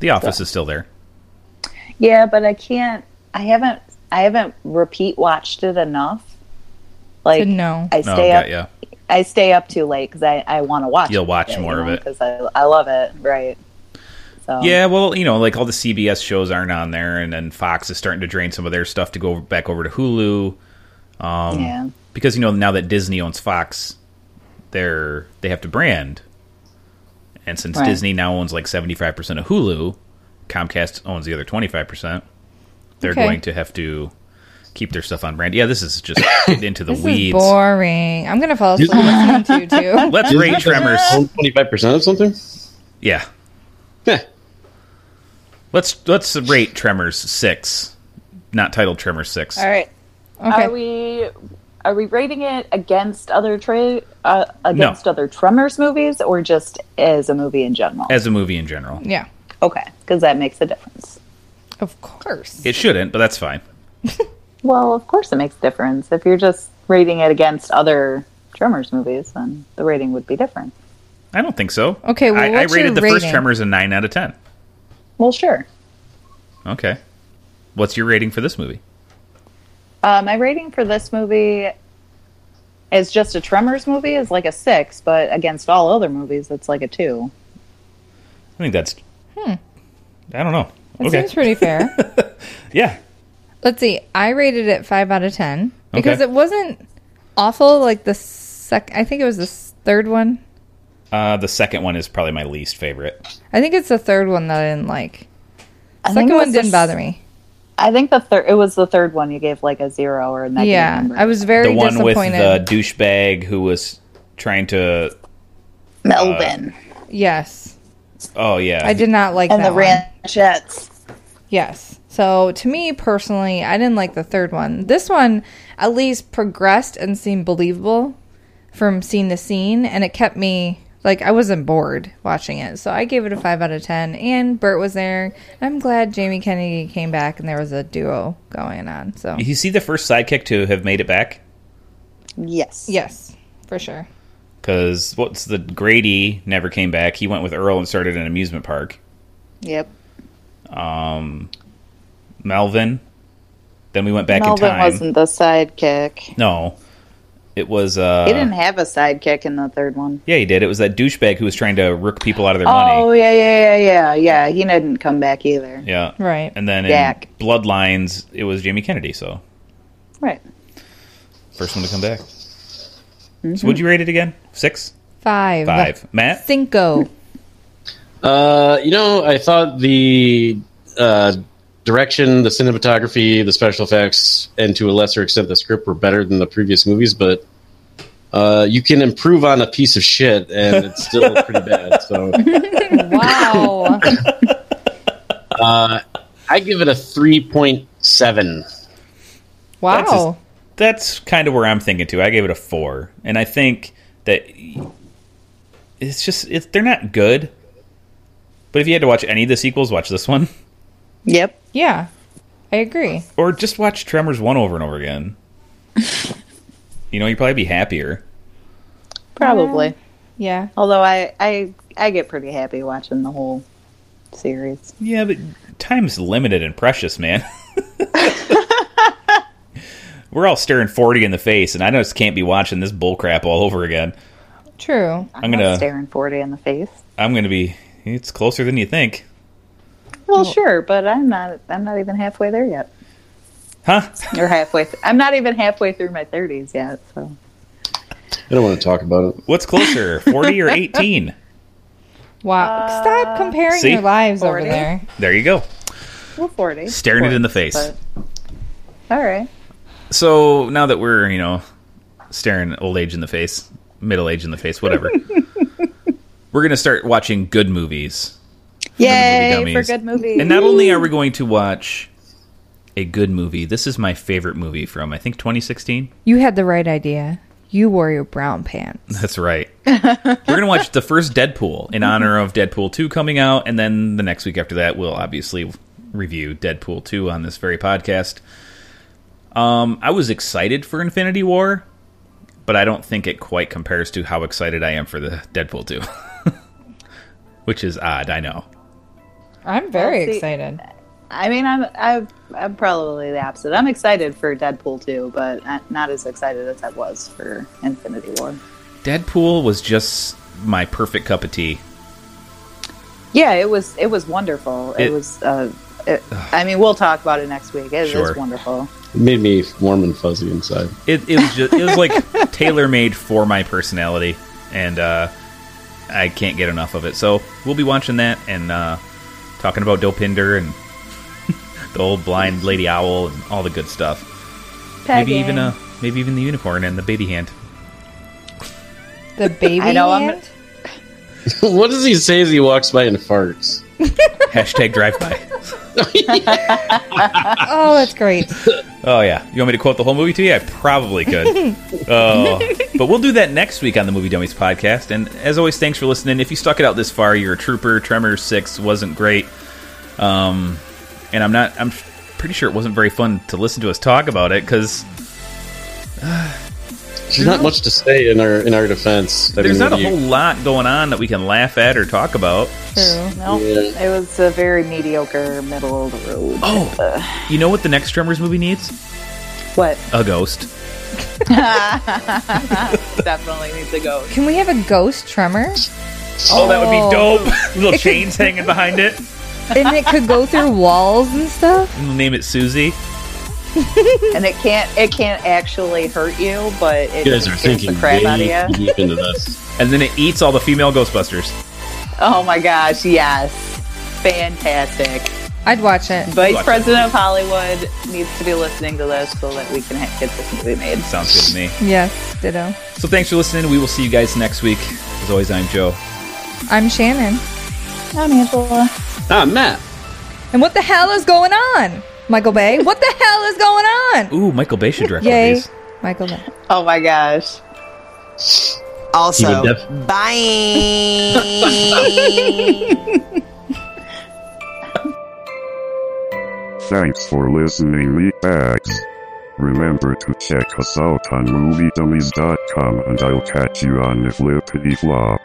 the Office is still there. Yeah, but I can't. I haven't. I haven't repeat watched it enough. Like no, I No, stay got up. ya. I stay up too late because I, I want to watch. You'll watch more of it. because I I love it. Right. So Yeah, well, you know, like all the CBS shows aren't on there, and then Fox is starting to drain some of their stuff to go back over to Hulu. Um, Yeah. Because you know now that Disney owns Fox, they're they have to brand, and since Right. Disney now owns like seventy five percent of Hulu, Comcast owns the other twenty five percent. They're Okay. going to have to keep their stuff on brand. Yeah, this is just getting into the this is weeds. boring. I'm gonna fall asleep listening to you too. Let's rate Tremors. Oh, Twenty-five percent of something. Yeah. let's let's rate Tremors six, not titled Tremors six. All right. Okay. Are we are we rating it against other tra- uh, against other Tremors movies or just as a movie in general? as a movie in general. Yeah. Okay, because that makes a difference. Of course. It shouldn't, but that's fine. Well, of course it makes a difference. If you're just Rating it against other Tremors movies, then the rating would be different. I don't think so. Okay, well, I, I what's your rated the first rating? Tremors a nine out of ten. Well, sure. Okay, what's your rating for this movie? Uh, my rating for this movie, It's just a Tremors movie is like a six, but against all other movies, it's like a two. I think that's. Hmm. I don't know. That okay. seems pretty fair. yeah. Let's see. I rated it five out of ten because Okay. it wasn't awful. Like the sec, I think it was the s- third one. Uh, the second one is probably my least favorite. I think it's the third one that I didn't like. I Second think it one was didn't the bother me. I think the third it was the third one you gave like a zero or a negative. Yeah, number. I was very the one with disappointed. the douchebag who was trying to. Melvin. yes, Oh yeah. I did not like and that the ranchettes. Yes. So to me personally, I didn't like the third one. This one at least progressed and seemed believable from scene to scene, and it kept me like I wasn't bored watching it. So I gave it a five out of ten. And Bert was there. I'm glad Jamie Kennedy came back, and there was a duo going on. So You see the first sidekick to have made it back yes, yes, for sure. because what's the Grady never came back. He went with Earl and started an amusement park. Yep. Um, Melvin. Then we went back Melvin in time. wasn't the sidekick. No, it was. Uh, he didn't have a sidekick in the third one. Yeah, he did. It was that douchebag who was trying to rook people out of their money. Oh yeah, yeah, yeah, yeah, yeah. He didn't come back either. Yeah. Right. And then in Dak. Bloodlines, it was Jamie Kennedy. So Right. first one to come back. So would you rate it again? Six, Five. five. Matt. Cinco. Uh, you know, I thought the uh, direction, the cinematography, the special effects, and to a lesser extent the script were better than the previous movies, but uh, you can improve on a piece of shit, and it's still pretty bad. So wow. uh, I give it a three point seven. That's, just- that's kind of where I'm thinking too. I gave it a four, and I think that it's just it's, they're not good. But if you had to watch any of the sequels, watch this one, Yep. Yeah, I agree. or just watch Tremors one over and over again. you know, you'd probably be happier. Probably. yeah. Although I, I, I get pretty happy watching the whole series. Yeah, but time's limited and precious, man. We're all staring forty in the face, and I just can't be watching this bullcrap all over again. True. I'm gonna- staring forty in the face. I'm going to be. It's closer than you think, Well, sure, but I'm not. I'm not even halfway there yet. huh? Or halfway. Th- I'm not even halfway through my thirties yet. So I don't want to talk about it. What's closer, forty or eighteen? Wow. Stop comparing see? your lives over 40. there. There you go. well, forty. Staring it in the face. All right. So now that we're you know staring old age in the face, middle age in the face, whatever, we're going to start watching good movies. Yay for dummies. good movies. And not only are we going to watch a good movie, this is my favorite movie from I think 2016. You had the right idea. You wore your brown pants. That's right. We're going to watch the first Deadpool in honor of Deadpool 2 coming out. And then the next week after that, we'll obviously review Deadpool 2 on this very podcast. Um, I was excited for Infinity War, but I don't think it quite compares to how excited I am for the Deadpool 2, which is odd, I know. I'm very Well, see- excited. I mean, I'm I'm I'm probably the opposite. I'm excited for Deadpool 2, but not- not as excited as I was for Infinity War. Deadpool was just my perfect cup of tea. Yeah, it was it was wonderful. It, It- was. Uh, it, I mean, we'll talk about it next week. It is Sure. wonderful. It made me warm and fuzzy inside. It, it was just it was like tailor made for my personality, and uh, I can't get enough of it. So we'll be watching that and uh, talking about Dopinder and the old blind lady owl and all the good stuff. Maybe even uh maybe even the unicorn and the baby hand. the baby. I know I'm- hand? what does he say as he walks by and farts? Hashtag drive by. oh, that's great. Oh yeah, you want me to quote the whole movie to you? I probably could. Oh, but we'll do that next week on the Movie Dummies podcast. And as always, thanks for listening. If you stuck it out this far, you're a trooper. Tremors Six wasn't great, um, and I'm not. I'm pretty sure it wasn't very fun to listen to us talk about it because There's not much to say in our in our defense. I there's mean, not a you- whole lot going on that we can laugh at or talk about. True. No, Yeah. it was a very mediocre middle of the road. Uh, Oh, you know what the next Tremors movie needs? What? A ghost. Definitely needs a ghost. Can we have a ghost tremor? Oh, that would Oh. be dope. Little It could- chains hanging behind it. and it could go through walls and stuff. We'll name it Susie. and it can't it can't actually hurt you, but it You guys just are scares thinking the crap out way of you. deep into this. And then it eats all the female Ghostbusters. Oh my gosh, yes. Fantastic. I'd watch it. Vice Watch it. President of Hollywood needs to be listening to this so that we can ha- get this movie made. Sounds good to me. Yes, ditto. So thanks for listening. We will see you guys next week. As always, I'm Joe. I'm Shannon. I'm Angela. I'm Ah, Matt. And what the hell is going on, Michael Bay? What the hell is going on? Ooh, Michael Bay should direct Yay, these. Michael Bay. Oh my gosh. Also, He would def- Thanks for listening, meatbags. Remember to check us out on moviedummies.com and I'll catch you on the flippity flop.